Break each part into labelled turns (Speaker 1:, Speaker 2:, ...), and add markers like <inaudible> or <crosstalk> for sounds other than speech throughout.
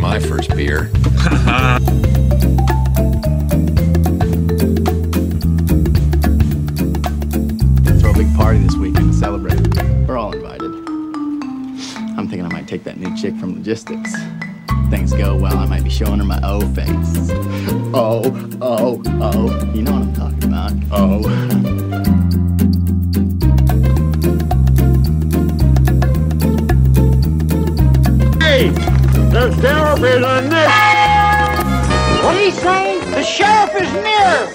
Speaker 1: my first beer.
Speaker 2: Throw a big party this weekend to celebrate. We're all invited. I'm thinking I might take that new chick from logistics. Things go well, I might be showing her my O face. <laughs> Oh, oh, oh. You know what I'm talking about. Oh.
Speaker 3: The sheriff is on this. What do you say? The sheriff is near.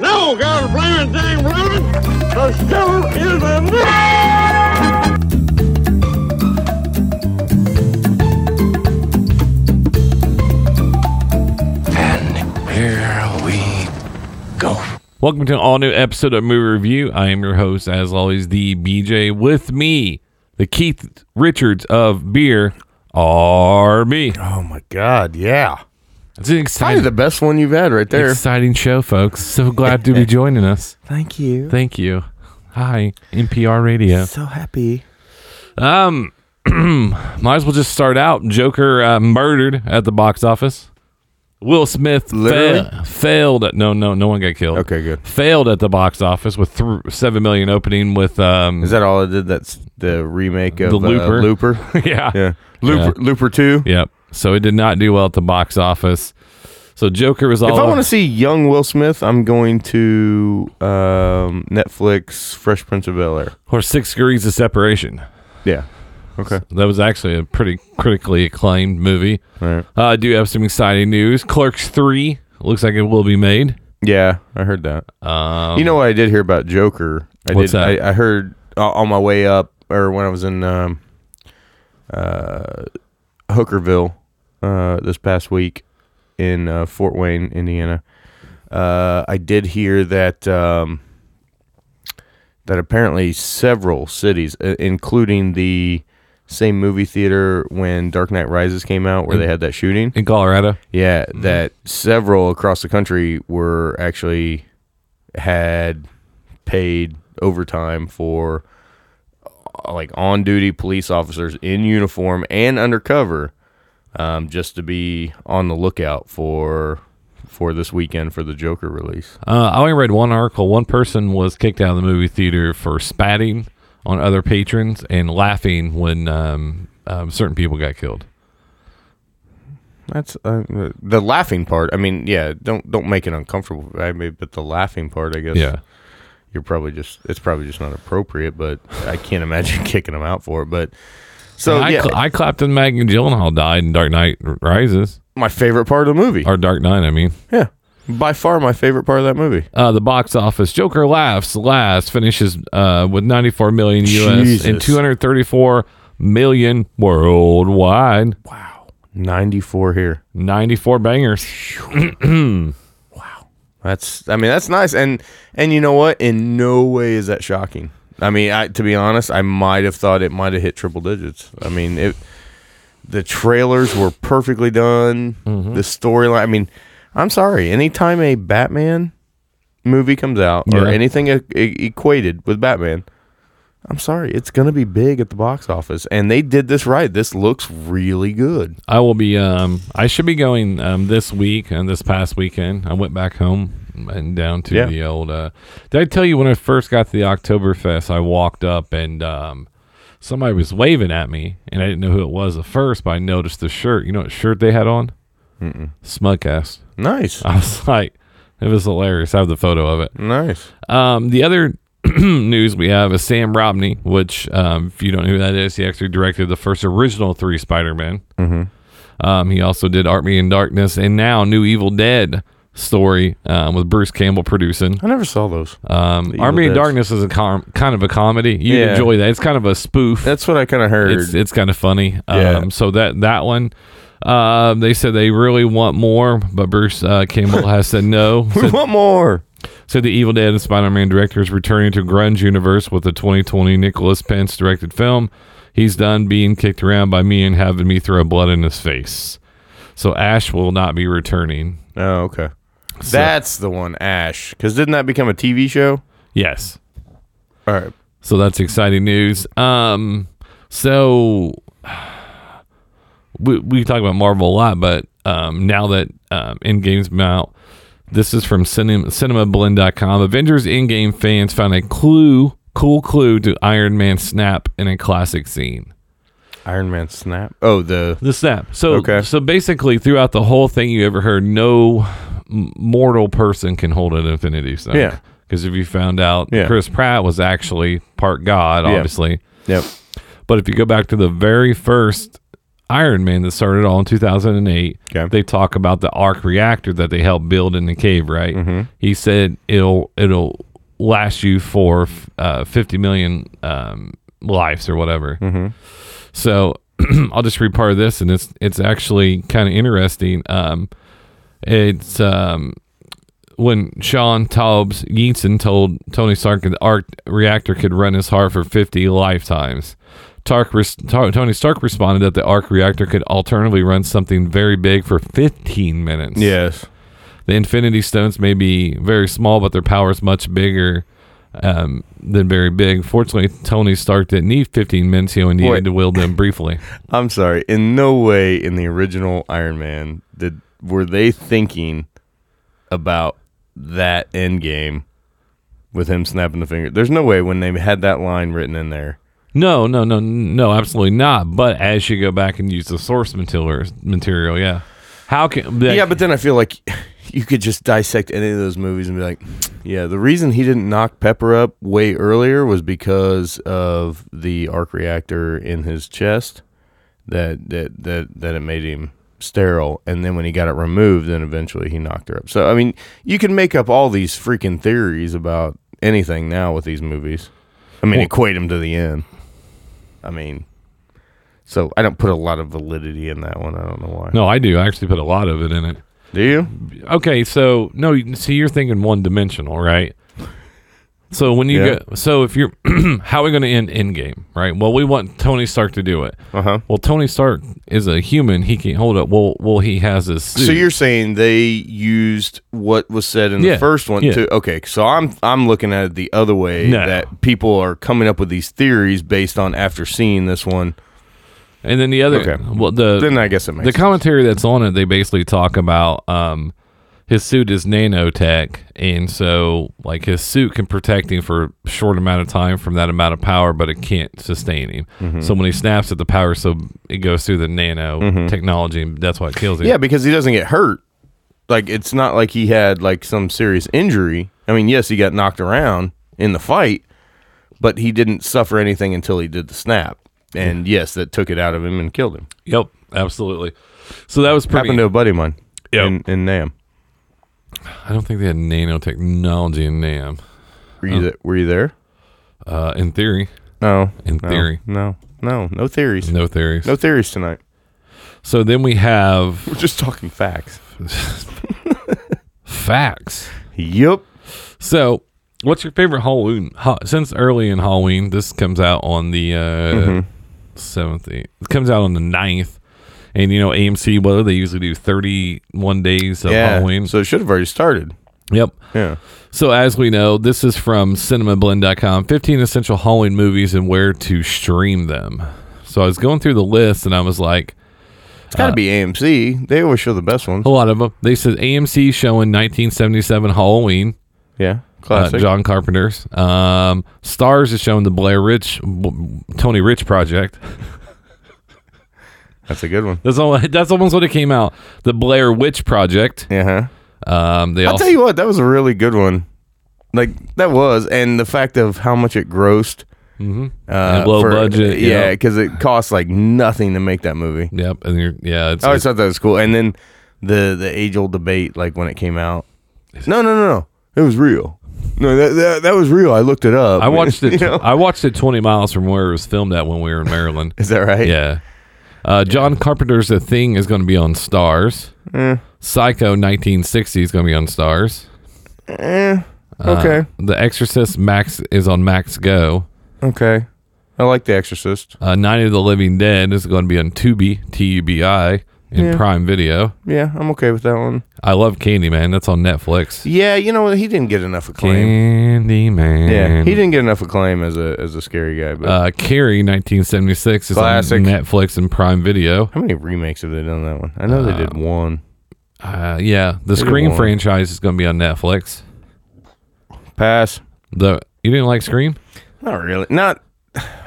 Speaker 3: No, God blame it, dang Robin. The sheriff is on this.
Speaker 1: And here we go.
Speaker 4: Welcome to an all new episode of Movie Review. I am your host, as always, the BJ. With me, the Keith Richards of beer, RB.
Speaker 5: Oh my God! Yeah,
Speaker 4: It's an
Speaker 5: probably
Speaker 4: exciting,
Speaker 5: the best one you've had right there.
Speaker 4: exciting show, folks. So
Speaker 5: <laughs>
Speaker 4: glad to be joining us.
Speaker 5: Thank you.
Speaker 4: Thank you. Hi, NPR Radio.
Speaker 5: So happy.
Speaker 4: Um, <clears throat> might as well just start out. Joker uh, murdered at the box office. Will Smith fa-
Speaker 5: Literally?
Speaker 4: failed. At, no, no, no one got killed.
Speaker 5: Okay, good.
Speaker 4: Failed at the box office with th- seven million opening with um.
Speaker 5: Is that all it did? That's the remake of
Speaker 4: The
Speaker 5: the
Speaker 4: Looper.
Speaker 5: Looper. <laughs> Looper.
Speaker 4: <laughs> yeah.
Speaker 5: yeah, Looper. Looper Two.
Speaker 4: Yep. So it did not do well at the box office. So Joker was all.
Speaker 5: If I want to see young Will Smith, I'm going to um, Netflix Fresh Prince of Bel Air.
Speaker 4: or Six Degrees of Separation.
Speaker 5: Yeah. Okay.
Speaker 4: That was actually a pretty critically acclaimed movie.
Speaker 5: All right.
Speaker 4: Uh, I do have some exciting news. Clerks Three looks like it will be made.
Speaker 5: Yeah, I heard that.
Speaker 4: Um,
Speaker 5: you know what I did hear about Joker? I
Speaker 4: What's
Speaker 5: did.
Speaker 4: that?
Speaker 5: I, I heard uh, on my way up, or when I was in um, uh, Hookerville uh, this past week in uh, Fort Wayne, Indiana. Uh, I did hear that um, that apparently several cities, uh, including the same movie theater when Dark Knight Rises came out,
Speaker 4: Mm.
Speaker 5: where they had that shooting.
Speaker 4: in Colorado.
Speaker 5: Yeah, that several across the country were actually had paid overtime for uh, like on duty police officers in uniform and undercover um, just to be on the lookout for for this weekend for the Joker release.
Speaker 4: Uh, I only read one article. One person was kicked out of the movie theater for spatting on other patrons and laughing when um, um, certain people got killed.
Speaker 5: That's uh, the laughing part. I mean, yeah, don't don't make it uncomfortable. I mean, but the laughing part, I guess.
Speaker 4: Yeah.
Speaker 5: you're probably just it's probably just not appropriate, but I can't imagine <laughs> kicking them out for it. But so
Speaker 4: I,
Speaker 5: Oh, yeah,
Speaker 4: cl- I clapped when Maggie Gyllenhaal died in Dark Knight Rises,
Speaker 5: my favorite part of the movie.
Speaker 4: or Dark Knight, I mean.
Speaker 5: yeah, by far my favorite part of that movie.
Speaker 4: Uh, the box office. Joker laughs last, finishes uh, with 94 million US and
Speaker 5: Jesus.
Speaker 4: 234 million worldwide.
Speaker 5: Ninety four here.
Speaker 4: 94 bangers.
Speaker 5: That's I mean that's nice, and and you know what? In no way is that shocking. I mean, I, to be honest, I might have thought it might have hit triple digits. I mean, it. The trailers were perfectly done. The storyline. I mean, I'm sorry. Anytime a Batman movie comes out or
Speaker 4: Yeah.
Speaker 5: anything e- e- equated with Batman, I'm sorry, it's gonna be big at the box office. And they did this right. This looks really good.
Speaker 4: I will be. Um, I should be going um, this week and this past weekend. I went back home and down to
Speaker 5: Yeah.
Speaker 4: the old. Uh, did I tell you when I first got to the Oktoberfest? I walked up and um, somebody was waving at me, and I didn't know who it was at first, but I noticed the shirt. You know what shirt they had on? Mm-mm. Smugcast.
Speaker 5: Nice,
Speaker 4: <laughs> I was like, it was hilarious. I have the photo of it.
Speaker 5: nice.
Speaker 4: Um, the other <clears throat> news we have is Sam Romney, which, um, if you don't know who that is, he actually directed the first original three Spider Man. Mm-hmm. Um, he also did Art Me in Darkness and now New Evil Dead story um, with Bruce Campbell producing.
Speaker 5: I never saw those.
Speaker 4: Um,
Speaker 5: The Evil
Speaker 4: Art Me in
Speaker 5: Deads.
Speaker 4: Darkness is a com- kind of a comedy. You
Speaker 5: Yeah.
Speaker 4: enjoy that. It's kind of a spoof.
Speaker 5: That's what I kind of heard.
Speaker 4: It's it's kind of funny.
Speaker 5: Yeah.
Speaker 4: Um, so that that one. Um, they said they really want more, but Bruce uh, Campbell has
Speaker 5: <laughs>
Speaker 4: said no.
Speaker 5: <laughs> we
Speaker 4: Said-
Speaker 5: want more.
Speaker 4: said the Evil Dead and Spider-Man director is returning to grunge universe with the 2020 Nicholas Pence directed film. He's done being kicked around by me and having me throw blood in his face. So Ash will not be returning.
Speaker 5: Oh, okay. That's the one, Ash. Because didn't that become a TV show?
Speaker 4: Yes.
Speaker 5: All right.
Speaker 4: So that's exciting news. Um, so <sighs> we, we talk about Marvel a lot, but um, now that um, Endgame's been out, this is from cinema, cinemablend.com. Avengers Endgame fans found a clue, cool clue to Iron Man snap in a classic scene.
Speaker 5: Iron Man snap. Oh, the
Speaker 4: The snap. So,
Speaker 5: Okay.
Speaker 4: so basically, throughout the whole thing, you ever heard no m- mortal person can hold an Infinity Stone.
Speaker 5: Yeah.
Speaker 4: Because if you found out
Speaker 5: Yeah.
Speaker 4: Chris Pratt was actually part God,
Speaker 5: Yeah.
Speaker 4: obviously.
Speaker 5: yep.
Speaker 4: But if you go back to the very first Iron Man that started all in 2008,
Speaker 5: Okay.
Speaker 4: they talk about the arc reactor that they helped build in the cave, right? He said it'll it'll last you for uh, 50 million um, lives or whatever. So <clears throat> I'll just read part of this, and it's it's actually kind of interesting. Um, it's um, when Sean Taubes Yinsen told Tony Stark that the arc reactor could run his heart for 50 lifetimes. Tark res- Tar- Tony Stark responded that the arc reactor could alternatively run something very big for 15 minutes.
Speaker 5: Yes.
Speaker 4: The Infinity Stones may be very small, but their power is much bigger um, than very big. Fortunately, Tony Stark didn't need 15 minutes. He only needed
Speaker 5: Wait.
Speaker 4: to wield them briefly.
Speaker 5: I'm sorry. In no way in the original Iron Man did were they thinking about that end game with him snapping the finger. There's no way when they had that line written in there.
Speaker 4: No, no, no, no, absolutely not. But as you go back and use the source material, material, yeah. How can like,
Speaker 5: yeah, but then I feel like <laughs> you could just dissect any of those movies and be like, yeah, the reason he didn't knock Pepper up way earlier was because of the arc reactor in his chest that that that that it made him sterile and then when he got it removed then eventually he knocked her up. So I mean, you can make up all these freaking theories about anything now with these movies. I mean,
Speaker 4: Well-
Speaker 5: equate them to the end. I mean, so I don't put a lot of validity in that one. I don't know why.
Speaker 4: no, I do. I actually put a lot of it in it.
Speaker 5: Do you?
Speaker 4: Okay, so no, see, you're thinking one dimensional, right? So when you
Speaker 5: Yeah.
Speaker 4: go, so if you're, <clears throat> how are we going to end Endgame, right? Well, we want Tony Stark to do it.
Speaker 5: Uh-huh.
Speaker 4: Well, Tony Stark is a human; he can't hold up. Well, well, he has his suit.
Speaker 5: So you're saying they used what was said in
Speaker 4: Yeah,
Speaker 5: the first one
Speaker 4: yeah.
Speaker 5: to okay. So I'm I'm looking at it the other way
Speaker 4: No.
Speaker 5: that people are coming up with these theories based on after seeing this one.
Speaker 4: and then the other,
Speaker 5: Okay.
Speaker 4: well, the
Speaker 5: Then I guess it makes
Speaker 4: the commentary that's on it, they basically talk about um, his suit is nanotech, and so like his suit can protect him for a short amount of time from that amount of power, but it can't sustain him.
Speaker 5: Mm-hmm.
Speaker 4: So when he snaps at the power, so it goes through the nano
Speaker 5: Mm-hmm.
Speaker 4: technology, and that's why it kills him.
Speaker 5: yeah because he doesn't get hurt. Like it's not like he had like some serious injury. I mean, yes, he got knocked around in the fight, but he didn't suffer anything until he did the snap. And yes, that took it out of him and killed him.
Speaker 4: Yep. Absolutely. So that was pretty.
Speaker 5: Happened to a buddy of mine
Speaker 4: Yep.
Speaker 5: in, in Nam.
Speaker 4: I don't think they had nanotechnology in Nam.
Speaker 5: Were
Speaker 4: Uh-huh.
Speaker 5: you, th- were you there?
Speaker 4: Uh, in theory,
Speaker 5: No.
Speaker 4: In
Speaker 5: no,
Speaker 4: theory.
Speaker 5: No. No. No theories.
Speaker 4: no theories.
Speaker 5: No theories tonight.
Speaker 4: So then we
Speaker 5: <laughs>
Speaker 4: have
Speaker 5: We're just talking facts.
Speaker 4: facts.
Speaker 5: Yep.
Speaker 4: So, what's your favorite Halloween? Ha- since early in Halloween, this comes out on the uh,
Speaker 5: Mm-hmm.
Speaker 4: 7th. eight- It comes out on the 9th. And, you know, AMC, what do they usually do? 31 days of
Speaker 5: Yeah.
Speaker 4: Halloween.
Speaker 5: So it should have already started.
Speaker 4: yep.
Speaker 5: Yeah.
Speaker 4: So, as we know, this is from cinemablend.com 15 essential Halloween movies and where to stream them. So, I was going through the list and I was like,
Speaker 5: It's
Speaker 4: Uh,
Speaker 5: got to be AMC. They always show the best ones.
Speaker 4: a lot of them. They said AMC showing 1977 Halloween.
Speaker 5: Yeah.
Speaker 4: uh,
Speaker 5: Classic.
Speaker 4: John Carpenter's. Um, Stars is showing the Blair Rich, w- Tony Rich project. <laughs>
Speaker 5: That's a good one.
Speaker 4: That's all. That's almost what it came out. The Blair Witch project.
Speaker 5: Yeah. huh?
Speaker 4: Um, they
Speaker 5: I'll
Speaker 4: also
Speaker 5: tell you what, that was a really good one. Like that was, and the fact of how much it grossed. Mm-hmm. Uh,
Speaker 4: And low budget, you
Speaker 5: Yeah,
Speaker 4: know.
Speaker 5: because it costs like nothing to make that movie.
Speaker 4: Yep. And you're, yeah. It's,
Speaker 5: I always thought that was cool. And then the the age old debate, like when it came out. No, no, no, no. It was real. No, that that, that was real. I looked it up.
Speaker 4: I
Speaker 5: <laughs>
Speaker 4: watched
Speaker 5: You
Speaker 4: it.
Speaker 5: know?
Speaker 4: I watched it 20 miles from where it was filmed at when we were in Maryland.
Speaker 5: Is that right?
Speaker 4: yeah. Uh, John Carpenter's The Thing is going to be on Stars.
Speaker 5: Eh.
Speaker 4: Psycho 1960 is going to be on Stars. Uh-huh. Uh,
Speaker 5: Okay.
Speaker 4: The Exorcist Max is on Max Go.
Speaker 5: okay. I like The Exorcist.
Speaker 4: Uh, Night of the Living Dead is going to be on Tubi, T U B I. in
Speaker 5: Yeah.
Speaker 4: Prime Video.
Speaker 5: Yeah, I'm okay with that one.
Speaker 4: I love Candyman. That's on Netflix.
Speaker 5: Yeah, you know he didn't get enough acclaim.
Speaker 4: Candyman.
Speaker 5: Yeah, he didn't get enough acclaim as a as a scary guy. But
Speaker 4: Uh, Carrie, 1976, is
Speaker 5: Classic.
Speaker 4: on Netflix and Prime Video.
Speaker 5: how many remakes have they done that one? I know they did one.
Speaker 4: Uh, yeah, the Scream
Speaker 5: one.
Speaker 4: franchise is going to be on Netflix.
Speaker 5: Pass.
Speaker 4: The you didn't like Scream?
Speaker 5: Not really. Not.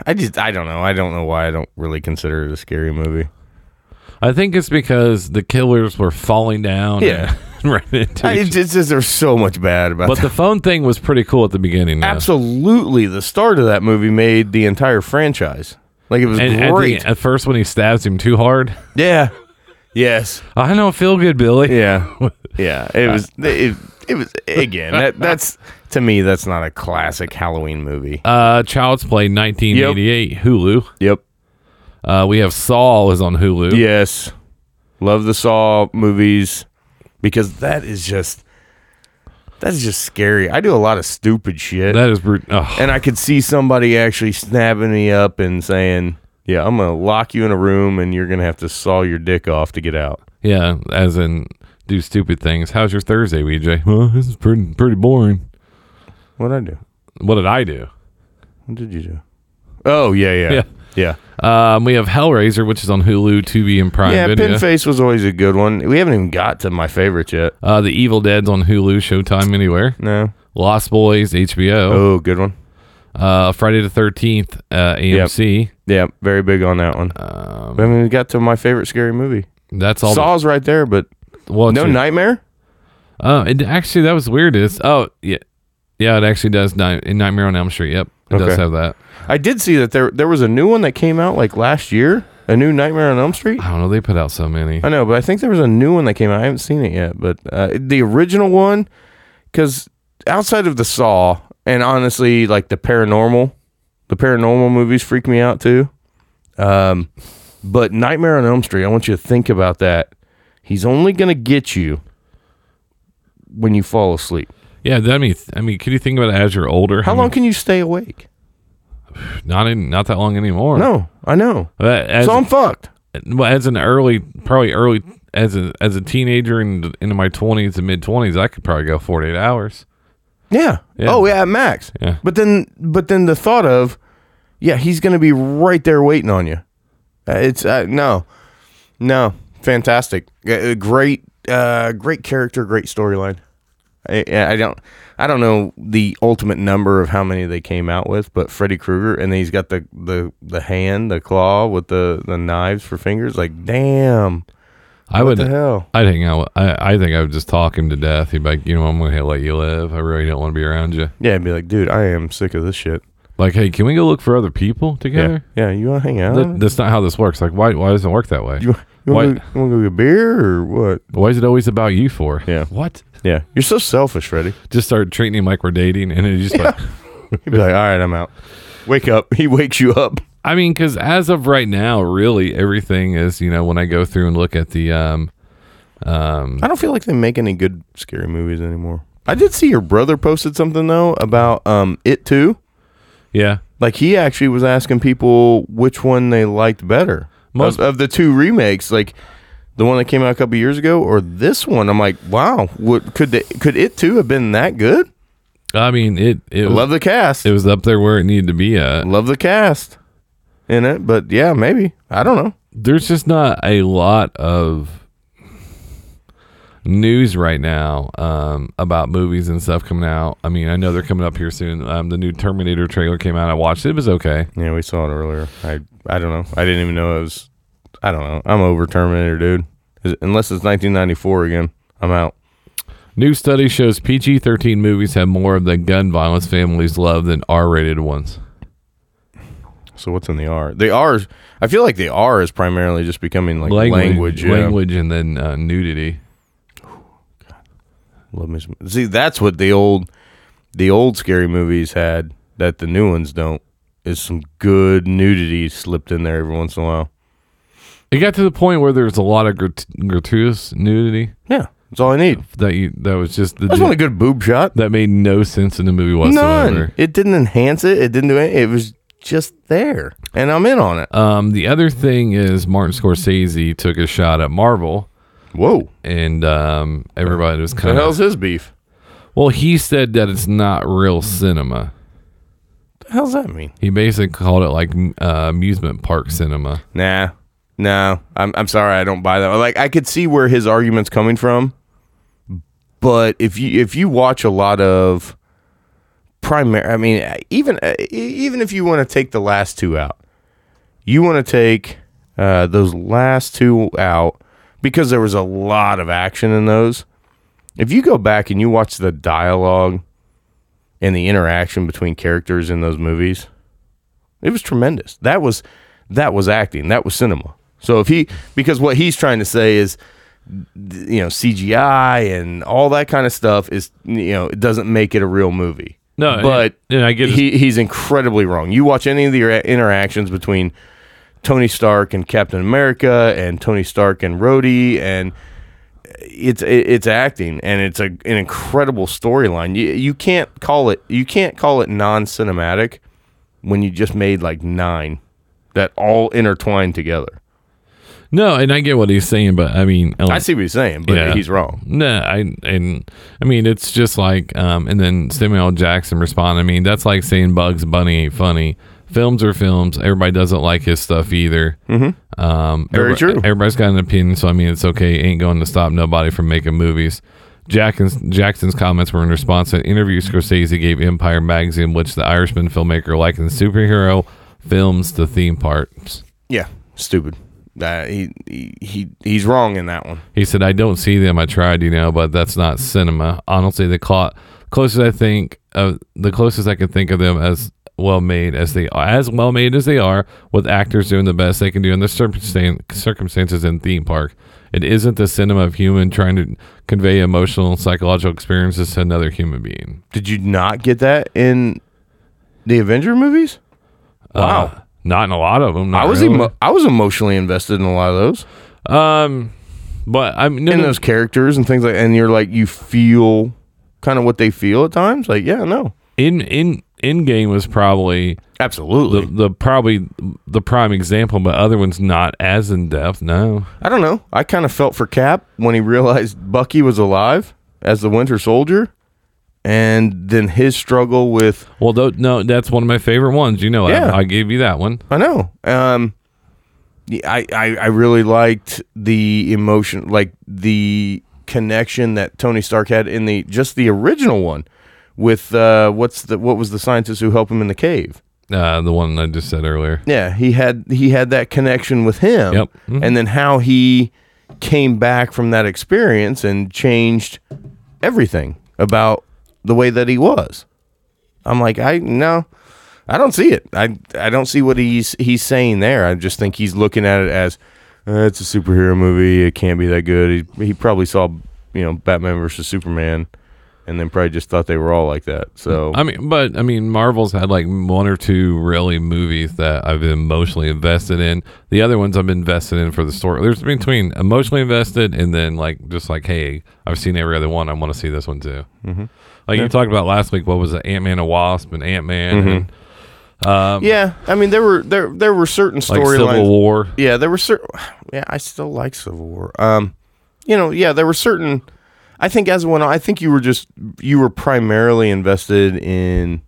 Speaker 5: I just. I don't know. I don't know why I don't really consider it a scary movie.
Speaker 4: I think it's because the killers were falling down. <laughs>
Speaker 5: Yeah.
Speaker 4: and right
Speaker 5: <laughs>
Speaker 4: into.
Speaker 5: I,
Speaker 4: each-
Speaker 5: it's just that there's so much bad about.
Speaker 4: but
Speaker 5: that.
Speaker 4: the phone thing was pretty cool at the beginning. though.
Speaker 5: absolutely, the start of that movie made the entire franchise. Like it was
Speaker 4: And at,
Speaker 5: great.
Speaker 4: the, at first, when he stabs him too hard, <laughs>
Speaker 5: yeah. Yes.
Speaker 4: I don't feel good, Billy.
Speaker 5: Yeah. Yeah. It
Speaker 4: <laughs>
Speaker 5: was.
Speaker 4: Uh,
Speaker 5: It, it was again. That, that's to me. That's not a classic Halloween movie.
Speaker 4: Uh, Child's Play, 1988, Hulu.
Speaker 5: Yep.
Speaker 4: Uh, we have Saul is on Hulu.
Speaker 5: Yes. Love the Saw movies because that is just that's just scary. I do a lot of stupid shit.
Speaker 4: that is brutal. Oh,
Speaker 5: and I could see somebody actually snapping me up and saying, "Yeah, I'm going to lock you in a room and you're going to have to saw your dick off to get out."
Speaker 4: yeah, as in do stupid things. How's your Thursday, E WJ? Well, this is pretty pretty boring.
Speaker 5: What would I do?
Speaker 4: What did I do?
Speaker 5: What did you do? Oh, yeah, yeah.
Speaker 4: Yeah.
Speaker 5: Yeah. Yeah,
Speaker 4: Um, we have Hellraiser, which is on Hulu, Tubi, and Prime Video.
Speaker 5: Pinface was always a good one. We haven't even got to my favorites yet.
Speaker 4: uh, the Evil Dead's on Hulu, Showtime, anywhere.
Speaker 5: No.
Speaker 4: Lost Boys, HBO.
Speaker 5: Oh, good one.
Speaker 4: Uh, Friday the Thirteenth, uh, AMC.
Speaker 5: Yeah, very big on that one. Um, I mean, we got to my favorite scary movie.
Speaker 4: That's all.
Speaker 5: Saw's right there, but
Speaker 4: well, it's
Speaker 5: no
Speaker 4: your-
Speaker 5: nightmare.
Speaker 4: Oh, it actually that was weird. Is oh yeah, yeah. It actually does. Night, Nightmare on Elm Street. Yep, it does
Speaker 5: Okay.
Speaker 4: have that.
Speaker 5: I did see that there there was a new one that came out like last year. A new Nightmare on Elm Street.
Speaker 4: I don't know. They put out so many.
Speaker 5: I know, but I think there was a new one that came out. I haven't seen it yet, but uh, the original one, because outside of the Saw and honestly, like the paranormal, the paranormal movies freak me out too. Um, but Nightmare on Elm Street, I want you to think about that. He's only gonna get you when you fall asleep.
Speaker 4: Yeah, I mean, I mean, could you think about it as you're older?
Speaker 5: How
Speaker 4: I
Speaker 5: long can you stay awake?
Speaker 4: mean, Not in, not that long anymore.
Speaker 5: No, I know.
Speaker 4: But as,
Speaker 5: So I'm fucked.
Speaker 4: well, as an early, probably early as a as a teenager and into my twenties and mid twenties, I could probably go forty eight hours.
Speaker 5: Yeah.
Speaker 4: Yeah.
Speaker 5: Oh yeah, at max.
Speaker 4: Yeah.
Speaker 5: But then, but then the thought of, yeah, he's gonna be right there waiting on you. Uh, it's uh, no, no, fantastic, G- uh, great, uh, great character, great storyline. I, I don't, I don't know the ultimate number of how many they came out with, but Freddy Krueger, and then he's got the the the hand, the claw with the the knives for fingers. Like, damn,
Speaker 4: I
Speaker 5: what
Speaker 4: would.
Speaker 5: the hell?
Speaker 4: I'd hang out. With, I I think I would just talk him to death. He'd be like, you know, I'm gonna let you live. I really don't want to be around you.
Speaker 5: Yeah, I'd be like, dude, I am sick of this shit.
Speaker 4: Like, hey, can we go look for other people
Speaker 5: Yeah,
Speaker 4: together?
Speaker 5: yeah, you want to hang out?
Speaker 4: That, that's not how this works. Like, why why does it work that way?
Speaker 5: You, you
Speaker 4: Why-
Speaker 5: want to go, get a beer or what?
Speaker 4: Why is it always about you for?
Speaker 5: Yeah.
Speaker 4: What?
Speaker 5: Yeah. You're so selfish, Freddie.
Speaker 4: Just start treating him like we're dating, and
Speaker 5: <laughs>
Speaker 4: it's just like,
Speaker 5: He'd be like, all right, I'm out. Wake up. <laughs> He wakes you up.
Speaker 4: I mean, because as of right now, really everything is, you know, when I go through and look at the, um, um,
Speaker 5: I don't feel like they make any good scary movies anymore. I did see your brother posted something, though, about um, It Too.
Speaker 4: yeah,
Speaker 5: Like, he actually was asking people which one they liked better
Speaker 4: Most-
Speaker 5: of, of the two remakes. Like, the one that came out a couple years ago or this one. I'm like, wow, what, could they, could It Too have been that good?
Speaker 4: I mean, it it was,
Speaker 5: Love the cast.
Speaker 4: it was up there where it needed to be at.
Speaker 5: Love the cast in it. But yeah, maybe. I don't know.
Speaker 4: There's just not a lot of news right now um, about movies and stuff coming out. I mean, I know they're coming up here soon. Um, the new Terminator trailer came out. I watched it. It was okay.
Speaker 5: Yeah, we saw it earlier. I I don't know. I didn't even know it was. I don't know. I'm over Terminator, dude. Is- Unless it's 1994 again, I'm out.
Speaker 4: New study shows PG 13 movies have more of the gun violence families love than R rated ones.
Speaker 5: So what's in the R? The R. is- I feel like the R is primarily just becoming like language. yeah.
Speaker 4: language and then uh, nudity.
Speaker 5: Love me some- See, that's what the old, the old scary movies had that the new ones don't. Is some good nudity slipped in there every once in a while.
Speaker 4: It got to the point where there's a lot of grat- gratuitous nudity
Speaker 5: Yeah, that's all I need.
Speaker 4: that you that was just the
Speaker 5: I just want a good boob shot.
Speaker 4: that made no sense in the movie
Speaker 5: None.
Speaker 4: whatsoever.
Speaker 5: It didn't enhance it. It didn't do anything. It was just there. and I'm in on it.
Speaker 4: Um, the other thing is Martin Scorsese took a shot at Marvel,
Speaker 5: Whoa,
Speaker 4: and um, everybody was
Speaker 5: the
Speaker 4: kind
Speaker 5: hell's
Speaker 4: of
Speaker 5: his beef?
Speaker 4: well. He said that it's not real cinema.
Speaker 5: The hell's that mean?
Speaker 4: He basically called it like uh, amusement park cinema.
Speaker 5: Nah, no. I'm I'm sorry, I don't buy that. Like I could see where his argument's coming from, but if you if you watch a lot of primary, I mean, even uh, e, even if you want to take the last two out, you want to take uh, those last two out because there was a lot of action in those. If you go back and you watch the dialogue and the interaction between characters in those movies, it was tremendous. That was that was acting. That was cinema. So if he because what he's trying to say is th- you know CGI and all that kind of stuff is you know it doesn't make it a real movie.
Speaker 4: No,
Speaker 5: but
Speaker 4: and- and I get his-
Speaker 5: he he's incredibly wrong. You watch any of the ra- interactions between Tony Stark and Captain America and Tony Stark and Rhodey and it's it- it's acting and it's a, an incredible storyline. You you can't call it you can't call it non cinematic when you just made like nine that all intertwine together.
Speaker 4: No, and I get what he's saying, but I mean,
Speaker 5: I see what he's saying, but
Speaker 4: Yeah.
Speaker 5: he's wrong.
Speaker 4: No, I and I mean it's just like um and then Samuel L. Jackson responded. I mean that's like saying Bugs Bunny ain't funny. Films are films. Everybody doesn't like his stuff either. Mm-hmm. Um,
Speaker 5: Very
Speaker 4: everybo-
Speaker 5: true.
Speaker 4: Everybody's got an opinion, so I mean it's okay. It ain't going to stop nobody from making movies. Jackson's, Jackson's comments were in response to an interview Scorsese gave Empire magazine, in which the Irishman filmmaker likened superhero films to theme parks.
Speaker 5: Yeah, stupid. Uh, he, he he he's wrong in that one.
Speaker 4: He said, I don't see them. I tried, you know, but that's not cinema. Honestly, the clo- closest I think of the closest I can think of them as well made as they are, as well made as they are, with actors doing the best they can do in the circumstan- circumstances in theme park. It isn't the cinema of human trying to convey emotional and psychological experiences to another human being.
Speaker 5: Did you not get that in the Avenger movies? Wow.
Speaker 4: Uh, not in a lot of them.
Speaker 5: I was
Speaker 4: really.
Speaker 5: emo- I was emotionally invested in a lot of those.
Speaker 4: um, but I'm no,
Speaker 5: in
Speaker 4: no,
Speaker 5: those characters and things like and you're like you feel kind of what they feel at times like yeah no
Speaker 4: in in in game was probably the,
Speaker 5: absolutely
Speaker 4: the probably the prime example, but other ones not as in depth. No,
Speaker 5: i don't know i kind of felt for cap when he realized bucky was alive as the winter soldier and then his struggle with
Speaker 4: well, tho- no, that's one of my favorite ones. You know,
Speaker 5: Yeah.
Speaker 4: I, I gave you that one.
Speaker 5: i know um the- I, I i really liked the emotion like the connection that tony stark had in the just the original one with uh what's the what was the scientist who helped him in the cave
Speaker 4: Uh, the one I just said earlier.
Speaker 5: Yeah, he had he had that connection with him,
Speaker 4: Yep. Mhm.
Speaker 5: and then how he came back from that experience and changed everything about the way that he was. I'm like, I no, I don't see it. I I don't see what he's he's saying there. I just think he's looking at it as uh, it's a superhero movie. It can't be that good. He he probably saw you know Batman versus Superman, and then probably just thought they were all like that. So
Speaker 4: I mean, but I mean, Marvel's had like one or two really movies that I've been emotionally invested in. The other ones I've been invested in for the story. There's between emotionally invested and then like just like, hey, I've seen every other one. I want to see this one too. Mm-hmm. Like you talked about last week, what was it? Ant Man and Wasp and Ant Man and
Speaker 5: Mm-hmm.
Speaker 4: uh,
Speaker 5: yeah, I mean there were there there were certain
Speaker 4: like
Speaker 5: storylines.
Speaker 4: Civil War.
Speaker 5: yeah, there were certain. Yeah, I still like Civil War. Um, you know, yeah, there were certain. I think as one, I think you were just you were primarily invested in,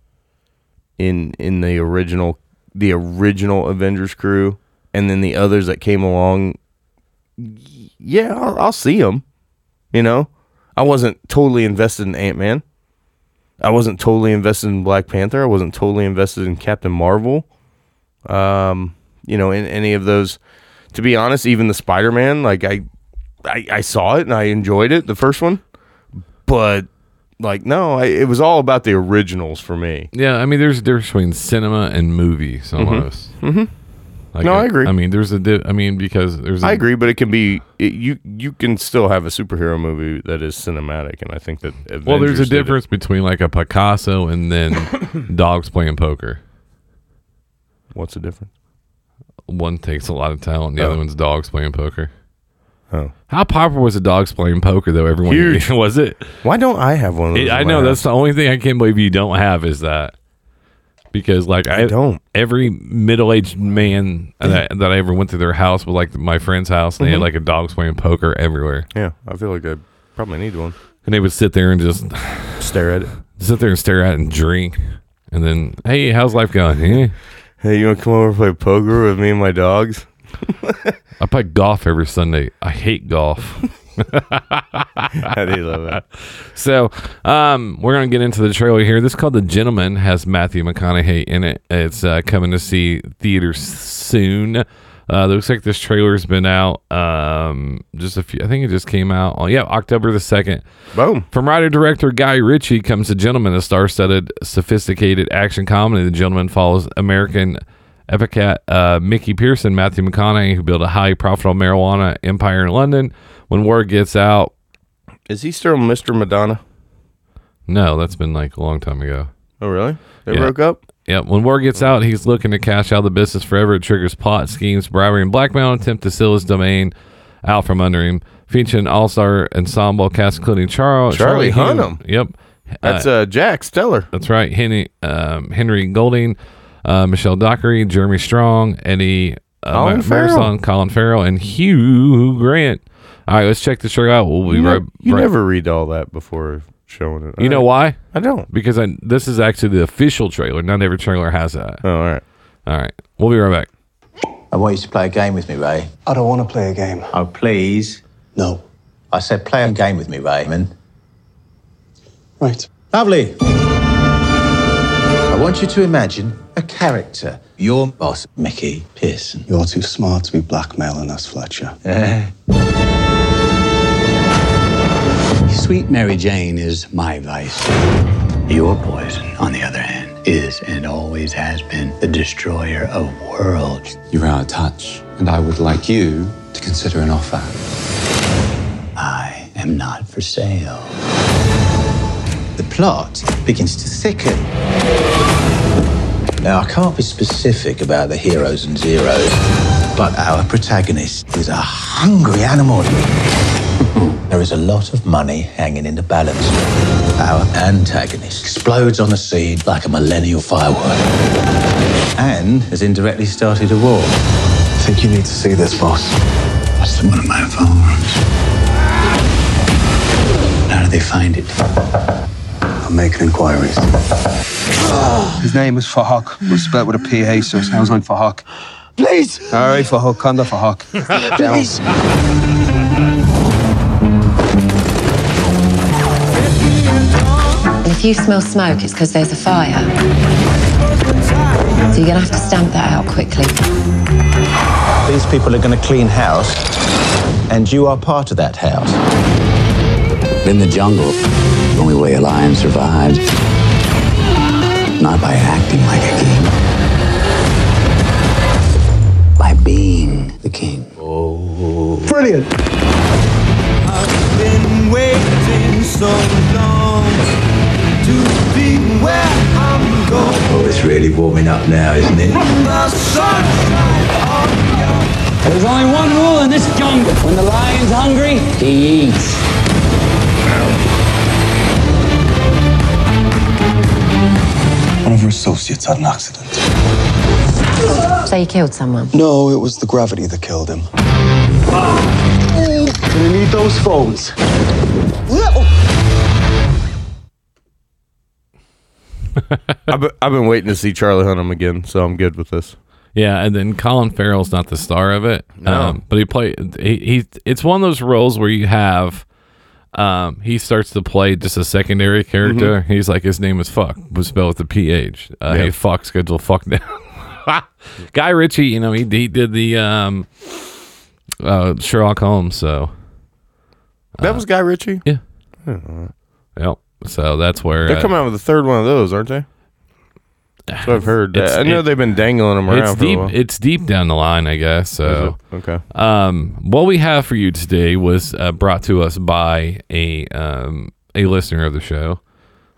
Speaker 5: in in the original the original Avengers crew, and then the others that came along. y- Yeah, I'll, I'll see them. You know, I wasn't totally invested in Ant Man. I wasn't totally invested in Black Panther. I wasn't totally invested in Captain Marvel um, you know, in any of those. To be honest, even the Spider Man, like I, I, I saw it and I enjoyed it, the first one, but like no, I, it was all about the originals for me.
Speaker 4: Yeah, I mean, there's a difference between cinema and movies almost. Mm-hmm. Like,
Speaker 5: No, I agree.
Speaker 4: I mean, there's a. Di- I mean, because there's. I
Speaker 5: I agree, but it can be it, you. You can still have a superhero movie that is cinematic, and I think that Avengers
Speaker 4: Well, there's a
Speaker 5: did it.
Speaker 4: difference between like a Picasso and
Speaker 5: <coughs>
Speaker 4: then dogs playing poker.
Speaker 5: What's the difference?
Speaker 4: One takes a lot of talent. The other
Speaker 5: Oh.
Speaker 4: one's dogs playing poker.
Speaker 5: Oh.
Speaker 4: How popular was the dogs playing poker though? Everyone
Speaker 5: Huge.
Speaker 4: was it? <laughs>
Speaker 5: Why don't I have one of those?
Speaker 4: It-
Speaker 5: in
Speaker 4: I
Speaker 5: my
Speaker 4: know that's
Speaker 5: house?
Speaker 4: the only thing I can't believe you don't have is that because like I,
Speaker 5: don't.
Speaker 4: Every middle aged man that, that I ever went to their house was like my friend's house. And They
Speaker 5: Mm-hmm.
Speaker 4: had like a dog playing poker everywhere,
Speaker 5: Yeah, I feel like I probably need one.
Speaker 4: and they would sit there and just <sighs>
Speaker 5: Stare at it.
Speaker 4: sit there and stare at it and drink. And then, hey, how's life going? Eh.
Speaker 5: Hey, you want to come over and play poker with me and my dogs?
Speaker 4: I play golf every Sunday. I hate golf. <laughs>
Speaker 5: I do love it.
Speaker 4: So um, we're going to get into the trailer here. This is called The Gentleman, has Matthew McConaughey in it. It's uh, coming to see theaters soon. Uh, it looks like this trailer's been out um, just a few. I think it just came out. On, yeah, October the second.
Speaker 5: Boom.
Speaker 4: From writer director Guy Ritchie comes The Gentleman, a star studded, sophisticated action comedy. The Gentleman follows American epicat uh, Mickey Pearson, Matthew McConaughey, who built a high profitable marijuana empire in London. When word gets out,
Speaker 5: Is he still Mr. Madonna?
Speaker 4: no, that's been like a long time ago.
Speaker 5: Oh, really? They
Speaker 4: Yeah.
Speaker 5: broke up?
Speaker 4: Yeah, when word gets out, he's looking to cash out of the business forever. It triggers plot schemes, bribery, and blackmail an attempt to steal his domain out from under him. Featuring all star ensemble cast including Char-
Speaker 5: Charlie
Speaker 4: Hunnam.
Speaker 5: Hunnam.
Speaker 4: Yep,
Speaker 5: That's uh, Jack Steller.
Speaker 4: that's right. Henry, um, Henry Golding, uh, Michelle Dockery, Jeremy Strong, Eddie uh,
Speaker 5: Colin
Speaker 4: Ma-
Speaker 5: Farrell.
Speaker 4: Marisol, Colin Farrell, and Hugh Grant. All right, let's check the show out. We'll be
Speaker 5: You,
Speaker 4: right.
Speaker 5: ne- you
Speaker 4: right-
Speaker 5: never read all that before showing it.
Speaker 4: You know why?
Speaker 5: I don't.
Speaker 4: Because I, this is actually the official trailer. Not every trailer has that.
Speaker 5: Oh, all right.
Speaker 4: All right, we'll be right back.
Speaker 2: I want you to play a game with me, Ray.
Speaker 6: I don't want to play a game.
Speaker 2: Oh, please.
Speaker 6: No.
Speaker 2: I said play a game with me, Raymond.
Speaker 6: Right.
Speaker 2: Lovely. I want you to imagine a character. Your boss, Mickey Pearson.
Speaker 6: You're too smart to be blackmailing us, Fletcher. Sweet Mary Jane is my vice. Your poison, on the other hand, is and always has been the destroyer of worlds.
Speaker 7: You're out of touch, and I would like you to consider an offer.
Speaker 6: I am not for sale.
Speaker 2: The plot begins to thicken. Now, I can't be specific about the heroes and zeros, but our protagonist is a hungry animal. there is a lot of money hanging in the balance. Our antagonist explodes on the scene like a millennial firework and has indirectly started a war.
Speaker 6: I think you need to see this, boss. That's the one of my firearms. How do they find it? I'm making inquiries.
Speaker 8: His name is Fahak. We'll spell it with a PH, so it sounds like Fahak.
Speaker 6: Please!
Speaker 8: All right, Fahak, Kanda Fahak.
Speaker 6: Please!
Speaker 9: If you smell smoke, it's because there's a fire. So you're gonna have to stamp that out quickly.
Speaker 2: These people are going to clean house, and you are part of that house.
Speaker 6: In the jungle, the only way a lion survives, not by acting like a king, by being the king. Brilliant!
Speaker 2: Oh, it's really warming up now, isn't it?
Speaker 10: There's only one rule in this jungle. When the lion's hungry, he eats.
Speaker 8: One of her associates had an accident.
Speaker 9: So you killed someone.
Speaker 8: No, it was the gravity that killed him. Gonna need those phones.
Speaker 5: I've been, I've been waiting to see Charlie Hunnam again, so I'm good with this.
Speaker 4: Yeah, and then Colin Farrell's not the star of it. Um, but he play he, he it's one of those roles where you have um he starts to play just a secondary character.
Speaker 5: Mm-hmm.
Speaker 4: He's like his name is fuck, was spelled with a PH. Uh,
Speaker 5: Yeah.
Speaker 4: hey fuck schedule fuck down. <laughs> Guy Ritchie, you know, he, he did the um uh Sherlock Holmes, so Uh,
Speaker 5: That was Guy Ritchie.
Speaker 4: yeah. Yep. So that's where
Speaker 5: They're
Speaker 4: uh,
Speaker 5: coming out with the third one of those, aren't they? That's what I've heard.
Speaker 4: Ah, It's-
Speaker 5: I know
Speaker 4: it-
Speaker 5: they've been dangling them around
Speaker 4: it's
Speaker 5: for
Speaker 4: deep
Speaker 5: a while.
Speaker 4: it's deep down the line, I guess. So
Speaker 5: okay.
Speaker 4: Um, what we have for you today was uh, brought to us by a um, a listener of the show,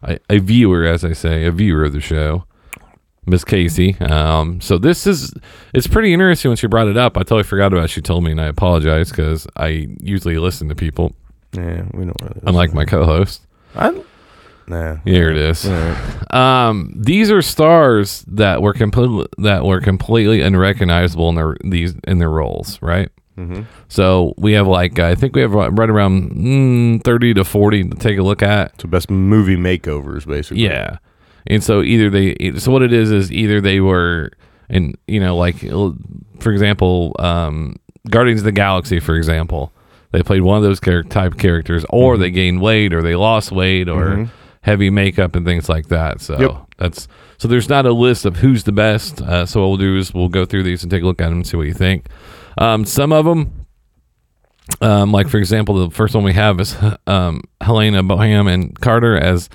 Speaker 4: a, a viewer, as I say, a viewer of the show, Miss Casey. Um, so this is it's pretty interesting when she brought it up. I totally forgot about. It. She told me, and I apologize because I usually listen to people, um,
Speaker 5: Yeah, we don't really.
Speaker 4: unlike my co-host.
Speaker 5: I,
Speaker 4: Here it is. Um, these are stars that were completely that were completely unrecognizable in their these in their roles, right?
Speaker 5: Mhm.
Speaker 4: So we have like I think we have right right around mm, thirty to forty to take a look at.
Speaker 5: So best movie makeovers, basically.
Speaker 4: Yeah, and so either they e, so what it is is either they were and you know like l- for example, um, Guardians of the Galaxy, for example, they played one of those char- type characters, or they gained weight, or they lost weight, or
Speaker 5: Mhm.
Speaker 4: heavy makeup and things like that. So
Speaker 5: Yep.
Speaker 4: that's so there's not a list of who's the best. Uh, so what we'll do is we'll go through these and take a look at them and see what you think. Um, some of them, um, like for example, the first one we have is <laughs> um, Helena Boham and Carter as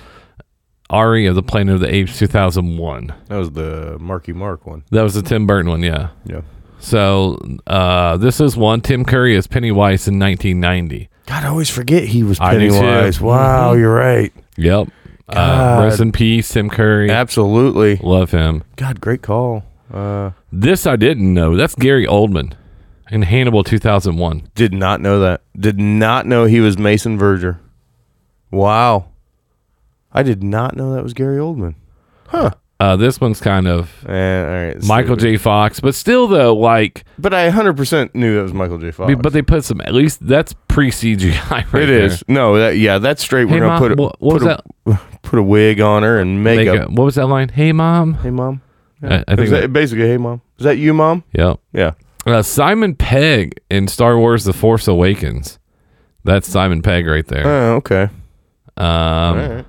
Speaker 4: Ari of the Planet of the Apes 2001.
Speaker 5: That was the Marky Mark one.
Speaker 4: That was the Tim Burton one, yeah.
Speaker 5: Yeah.
Speaker 4: So uh, this is one. Tim Curry as Pennywise in 1990.
Speaker 5: God, I always forget he was
Speaker 4: I do too.
Speaker 5: Pennywise. Wow,
Speaker 4: Mhm.
Speaker 5: you're right.
Speaker 4: Yep. Uh,
Speaker 5: God.
Speaker 4: rest in peace, Tim Curry.
Speaker 5: Absolutely.
Speaker 4: Love him.
Speaker 5: God, great call. Uh,
Speaker 4: This I didn't know. That's Gary Oldman in Hannibal 2001.
Speaker 5: did not know that. Did not know he was Mason Verger. Wow. I did not know that was Gary Oldman. Huh.
Speaker 4: Uh, this one's kind of
Speaker 5: Eh, all right. it's
Speaker 4: Michael
Speaker 5: stupid.
Speaker 4: J. Fox, but still though, like,
Speaker 5: But I 100% knew that was Michael J. Fox.
Speaker 4: be- but they put some. At least that's pre CGI.
Speaker 5: <laughs>
Speaker 4: Right
Speaker 5: it is. No, that, yeah, that's straight.
Speaker 4: Hey,
Speaker 5: We're
Speaker 4: Mom,
Speaker 5: going to put, a,
Speaker 4: what- what
Speaker 5: put,
Speaker 4: was
Speaker 5: a, <laughs> put a wig on her and
Speaker 4: There.
Speaker 5: makeup.
Speaker 4: Make a- what was that line? Hey, mom.
Speaker 5: Hey, mom.
Speaker 4: I- I
Speaker 5: Is
Speaker 4: think
Speaker 5: that-
Speaker 4: that-
Speaker 5: basically, hey, mom. Is that you, mom?
Speaker 4: Yep.
Speaker 5: Yeah.
Speaker 4: Uh, Simon Pegg in Star Wars: The Force Awakens. That's Simon Pegg right there.
Speaker 5: Oh, okay.
Speaker 4: Um,
Speaker 5: All right.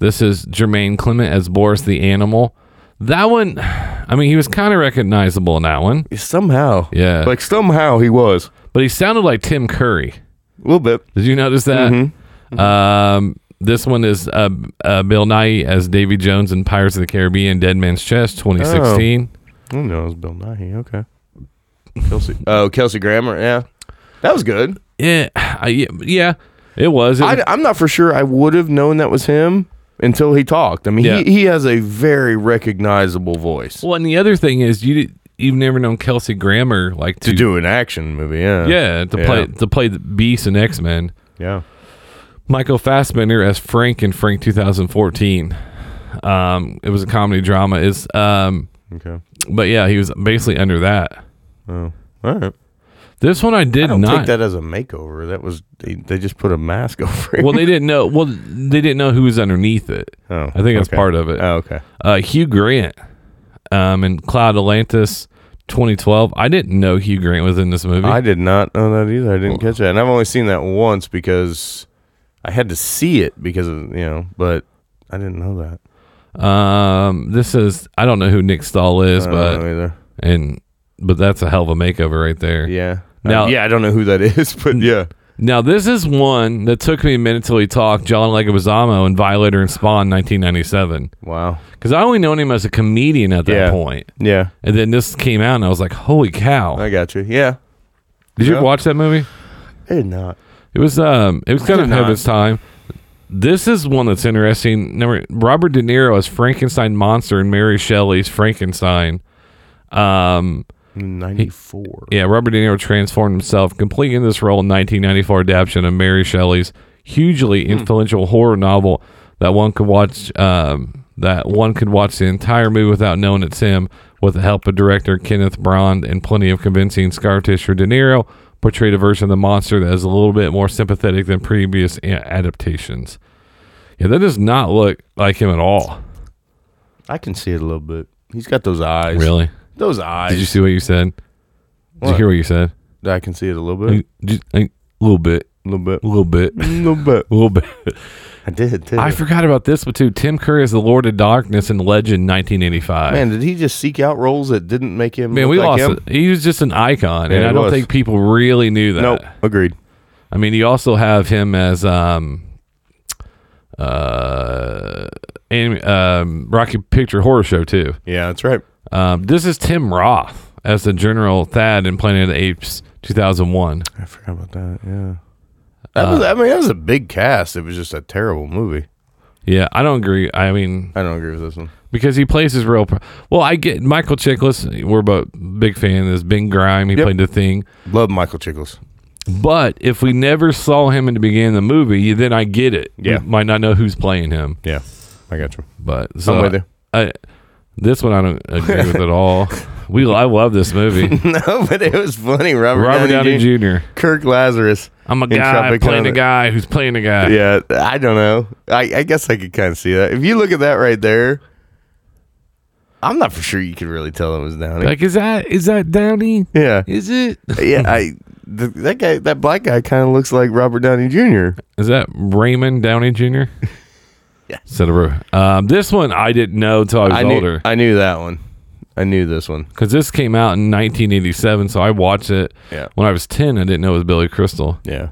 Speaker 4: This is Jermaine Clement as Boris the Animal. That one, <sighs> I mean, he was kind of recognizable in that one,
Speaker 5: Somehow.
Speaker 4: Yeah.
Speaker 5: Like, somehow he was.
Speaker 4: but he sounded like Tim Curry.
Speaker 5: A little bit.
Speaker 4: Did you notice that?
Speaker 5: Mm-hmm.
Speaker 4: Um, this one is uh, uh, Bill Nye as Davy Jones in Pirates of the Caribbean: Dead Man's Chest, 2016.
Speaker 5: Oh no, it was Bill Nighy. Okay. Kelsey. <laughs> Oh, Kelsey Grammer. Yeah, that was good.
Speaker 4: Yeah, I, yeah, it was. It was-
Speaker 5: I, am not for sure. I would have known that was him until he talked. I mean,
Speaker 4: Yeah.
Speaker 5: he, he has a very recognizable voice
Speaker 4: well, and the other thing is, you did- you've never known Kelsey Grammer like
Speaker 5: to do an action movie. Yeah.
Speaker 4: Yeah, to play to play the Beast and X Men.
Speaker 5: Yeah.
Speaker 4: Michael Fassbender as Frank in Frank 2014. Um, it was a comedy drama. Is um,
Speaker 5: Okay.
Speaker 4: but yeah, he was basically under that.
Speaker 5: Oh. All right.
Speaker 4: This one I did
Speaker 5: I don't
Speaker 4: not.
Speaker 5: take
Speaker 4: <laughs>
Speaker 5: that as a makeover. That was they, they just put a mask <laughs> over it.
Speaker 4: well, they didn't know. Well, they didn't know who was underneath it.
Speaker 5: Oh,
Speaker 4: I think that's
Speaker 5: okay.
Speaker 4: part of it.
Speaker 5: Oh, okay.
Speaker 4: Uh, Hugh Grant, um, in Cloud Atlantis, 2012. I didn't know Hugh Grant was in this movie.
Speaker 5: I did not know that either. I didn't catch that, and I've only seen that once because I had to see it because of you know, but I didn't know that.
Speaker 4: um, this is I don't know who Nick Stahl is,
Speaker 5: I don't
Speaker 4: but
Speaker 5: know either.
Speaker 4: and but that's a hell of a makeover right there.
Speaker 5: Yeah.
Speaker 4: Now-
Speaker 5: Now, yeah, I don't know who that <laughs> is, but yeah.
Speaker 4: Now, this is one that took me a minute till we talked John Leguizamo in Violator and Spawn 1997.
Speaker 5: Wow.
Speaker 4: Because I only known him as a comedian at that
Speaker 5: Yeah.
Speaker 4: point.
Speaker 5: Yeah.
Speaker 4: And then this came out, and I was like, holy cow.
Speaker 5: I got you. Yeah.
Speaker 4: Did you
Speaker 5: yeah.
Speaker 4: watch that movie?
Speaker 5: I did not.
Speaker 4: It was um, it was kind
Speaker 5: did
Speaker 4: of ahead of
Speaker 5: not.
Speaker 4: its time. This is one that's interesting. Number Robert De Niro as Frankenstein monster and Mary Shelley's Frankenstein. Um,
Speaker 5: 94.
Speaker 4: yeah, Robert De Niro transformed himself, completing this role in 1994 adaptation of Mary Shelley's hugely influential horror novel that one could watch. Um, that one could watch the entire movie without knowing it's him, with the help of director Kenneth Brond and plenty of convincing scar tissue. De Niro portrayed a version of the monster that is a little bit more sympathetic than previous a- adaptations. Yeah, that does not look like him at all.
Speaker 5: I can see it a little bit. He's got those eyes.
Speaker 4: Really?
Speaker 5: Those eyes.
Speaker 4: Did you see what you said? Did you
Speaker 5: What?
Speaker 4: hear what you said?
Speaker 5: I can see it a little
Speaker 4: A
Speaker 5: bit.
Speaker 4: little bit,
Speaker 5: A little bit.
Speaker 4: a little bit.
Speaker 5: A <laughs> little bit.
Speaker 4: A <laughs> little bit.
Speaker 5: I did, too.
Speaker 4: I forgot about this one too. Tim Curry is the Lord of Darkness in Legend 1985. Man,
Speaker 5: Man, did he just seek out roles that didn't make him? look
Speaker 4: we
Speaker 5: like
Speaker 4: lost
Speaker 5: him?
Speaker 4: it. He was just an icon,
Speaker 5: Yeah,
Speaker 4: and
Speaker 5: he
Speaker 4: I don't
Speaker 5: was.
Speaker 4: think people really knew that.
Speaker 5: Nope. Agreed.
Speaker 4: I mean, you also have him as um, uh, anim- um, Rocky Picture Horror Show too.
Speaker 5: Yeah, that's right.
Speaker 4: Um, this is Tim Roth as the General Thad in Planet of the Apes 2001.
Speaker 5: I forgot about that. Yeah. That
Speaker 4: Uh,
Speaker 5: was, I mean, that was a big cast. It was just a terrible movie.
Speaker 4: Yeah, I don't agree. I mean,
Speaker 5: I don't agree with this one.
Speaker 4: because he plays his real. Pro- well, I get Michael Chiklis. We're both big fan. Is Ben Grime? He
Speaker 5: Yep.
Speaker 4: played the thing.
Speaker 5: Love Michael Chiklis.
Speaker 4: But if we never saw him in the beginning of the movie, then I get it. We
Speaker 5: Yeah.
Speaker 4: might not know who's playing him.
Speaker 5: Yeah, I got you.
Speaker 4: But so
Speaker 5: with you.
Speaker 4: I, this one I don't agree with at
Speaker 5: <laughs>
Speaker 4: all. We I love this movie.
Speaker 5: <laughs> no, but it was funny. Robert,
Speaker 4: Robert Downey Jr.
Speaker 5: Kirk Lazarus.
Speaker 4: I'm a
Speaker 5: in
Speaker 4: guy
Speaker 5: Tropic
Speaker 4: playing a
Speaker 5: Thunder.
Speaker 4: guy who's playing a guy.
Speaker 5: Yeah, I don't know. I, I guess I could kind of see that. If you look at that right there, I'm not for sure you could really tell it was Downey.
Speaker 4: Like is that is that Downey?
Speaker 5: yeah,
Speaker 4: Is it?
Speaker 5: <laughs> yeah. I th- that guy, that black guy, kind of looks like Robert Downey Jr.
Speaker 4: Is that Raymond Downey Jr.?
Speaker 5: <laughs> Yes.
Speaker 4: Said um, this one I didn't know till I was
Speaker 5: I knew,
Speaker 4: older
Speaker 5: I knew that one. I knew this one.
Speaker 4: because this came out in 1987. So I watched it
Speaker 5: Yeah.
Speaker 4: when I was 10. I didn't know it was Billy Crystal.
Speaker 5: Yeah.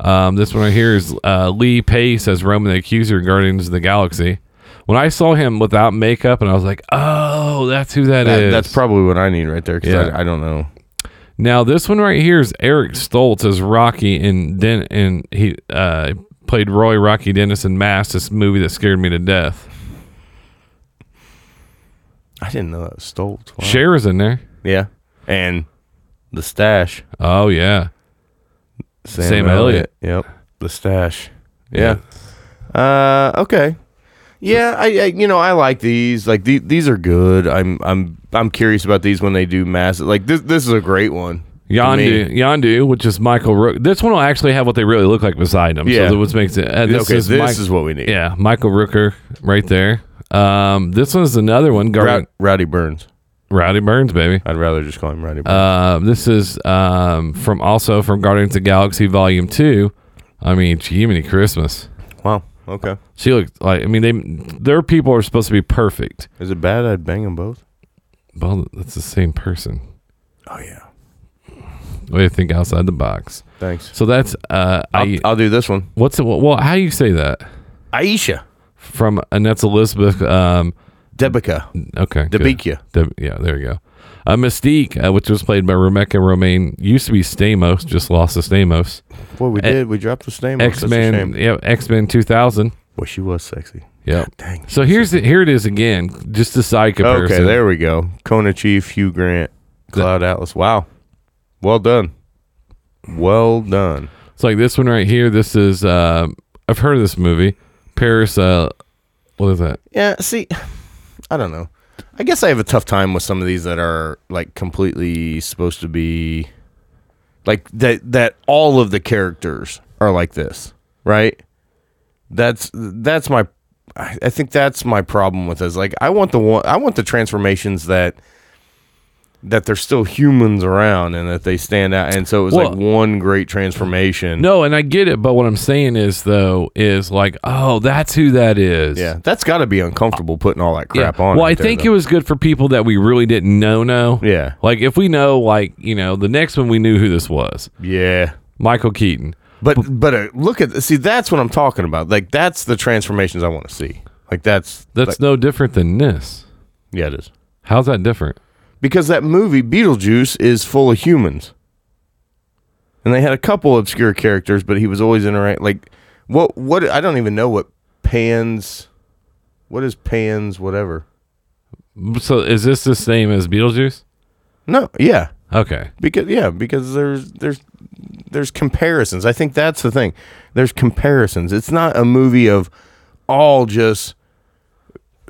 Speaker 4: Um, this one right here is uh, Lee Pace as Roman the Accuser in Guardians of the Galaxy. When I saw him without makeup, and I was like, "Oh, that's who that
Speaker 5: That-
Speaker 4: is."
Speaker 5: that's probably what I need right there because
Speaker 4: Yeah.
Speaker 5: I, I don't know.
Speaker 4: Now this one right here is Eric Stoltz as Rocky and Den and he uh, played Roy Rocky Dennis in Mass, this movie that scared me to death.
Speaker 5: I didn't know that was Stoltz. Wow.
Speaker 4: Cher is in there.
Speaker 5: Yeah. And the stash.
Speaker 4: Oh yeah. Sam
Speaker 5: Yep. The stash. Yeah. Uh okay. Yeah, I, I you know, I like these. Like the, these are good. I'm I'm I'm curious about these when they do massive. Like this this is a great one. to
Speaker 4: Yondu,
Speaker 5: me.
Speaker 4: Yondu, which is Michael Rook. This one will actually have what they really look like beside them.
Speaker 5: Yeah.
Speaker 4: So that which makes it. Uh, this
Speaker 5: Okay,
Speaker 4: is
Speaker 5: this
Speaker 4: Mike-
Speaker 5: is what we need.
Speaker 4: Yeah, Michael Rooker right there. Um, this one's another one. Guardian,
Speaker 5: Rou- Rowdy Burns.
Speaker 4: Rowdy Burns, baby.
Speaker 5: I'd rather just call him Rowdy Burns.
Speaker 4: Uh, this is um, from also from Guardians of the Galaxy Volume Two. I mean, Jiminy Christmas.
Speaker 5: wow. Okay.
Speaker 4: She looked like. I mean, they their people are supposed to be perfect.
Speaker 5: Is it bad I'd bang them both?
Speaker 4: Well, that's the same person.
Speaker 5: Oh yeah.
Speaker 4: We think outside the box.
Speaker 5: Thanks.
Speaker 4: So that's uh,
Speaker 5: I'll,
Speaker 4: I.
Speaker 5: I'll do this one.
Speaker 4: what's it? Well, how do you say that?
Speaker 5: Aisha.
Speaker 4: from and that's Elizabeth. Um,
Speaker 5: Debica.
Speaker 4: okay, good.
Speaker 5: Debicka.
Speaker 4: Deb- yeah, there you go. Uh, Mystique, uh, which was played by Rebecca Romaine, used to be Stamos, just lost to Stamos.
Speaker 5: Boy, we did. We dropped the name.
Speaker 4: X Men, yeah, X Men two thousand.
Speaker 5: Boy, she was sexy.
Speaker 4: Yeah.
Speaker 5: Dang.
Speaker 4: So here's the, here it is again, just a side comparison.
Speaker 5: Okay, there we go. Kona Chief, Hugh Grant, Cloud Atlas. Wow. Well done. Well done.
Speaker 4: It's like this one right here. This is uh, I've heard of this movie, Paris. Uh, what is that?
Speaker 5: Yeah, see, I don't know. I guess I have a tough time with some of these that are like completely supposed to be like that that all of the characters are like this, right? That's that's my I I think that's my problem with this. Like I want the one I want the transformations that that they're still humans around and that they stand out and so it was like
Speaker 4: Well-
Speaker 5: one great transformation.
Speaker 4: No, and I get it, but what I'm saying is though is like, oh, that's who that is.
Speaker 5: Yeah. That's gotta be uncomfortable putting all that crap on.
Speaker 4: Well,
Speaker 5: right
Speaker 4: I
Speaker 5: there,
Speaker 4: think
Speaker 5: though.
Speaker 4: it was good for people that we really didn't know. Know,
Speaker 5: Yeah.
Speaker 4: Like if we know, like you know, the next one we knew who this was,
Speaker 5: Yeah.
Speaker 4: Michael Keaton.
Speaker 5: But but uh, look at see that's what I'm talking about. Like that's the transformations I want to see. Like that's
Speaker 4: That's
Speaker 5: like-
Speaker 4: no different than this.
Speaker 5: yeah it is
Speaker 4: How's that different?
Speaker 5: because that movie Beetlejuice is full of humans, and they had a couple obscure characters, but he was always interact like what what I don't even know what Pan's what is Pan's whatever.
Speaker 4: So is this the same as Beetlejuice?
Speaker 5: No, yeah,
Speaker 4: Okay.
Speaker 5: because yeah because there's there's there's comparisons i think that's the thing there's comparisons it's not a movie of all just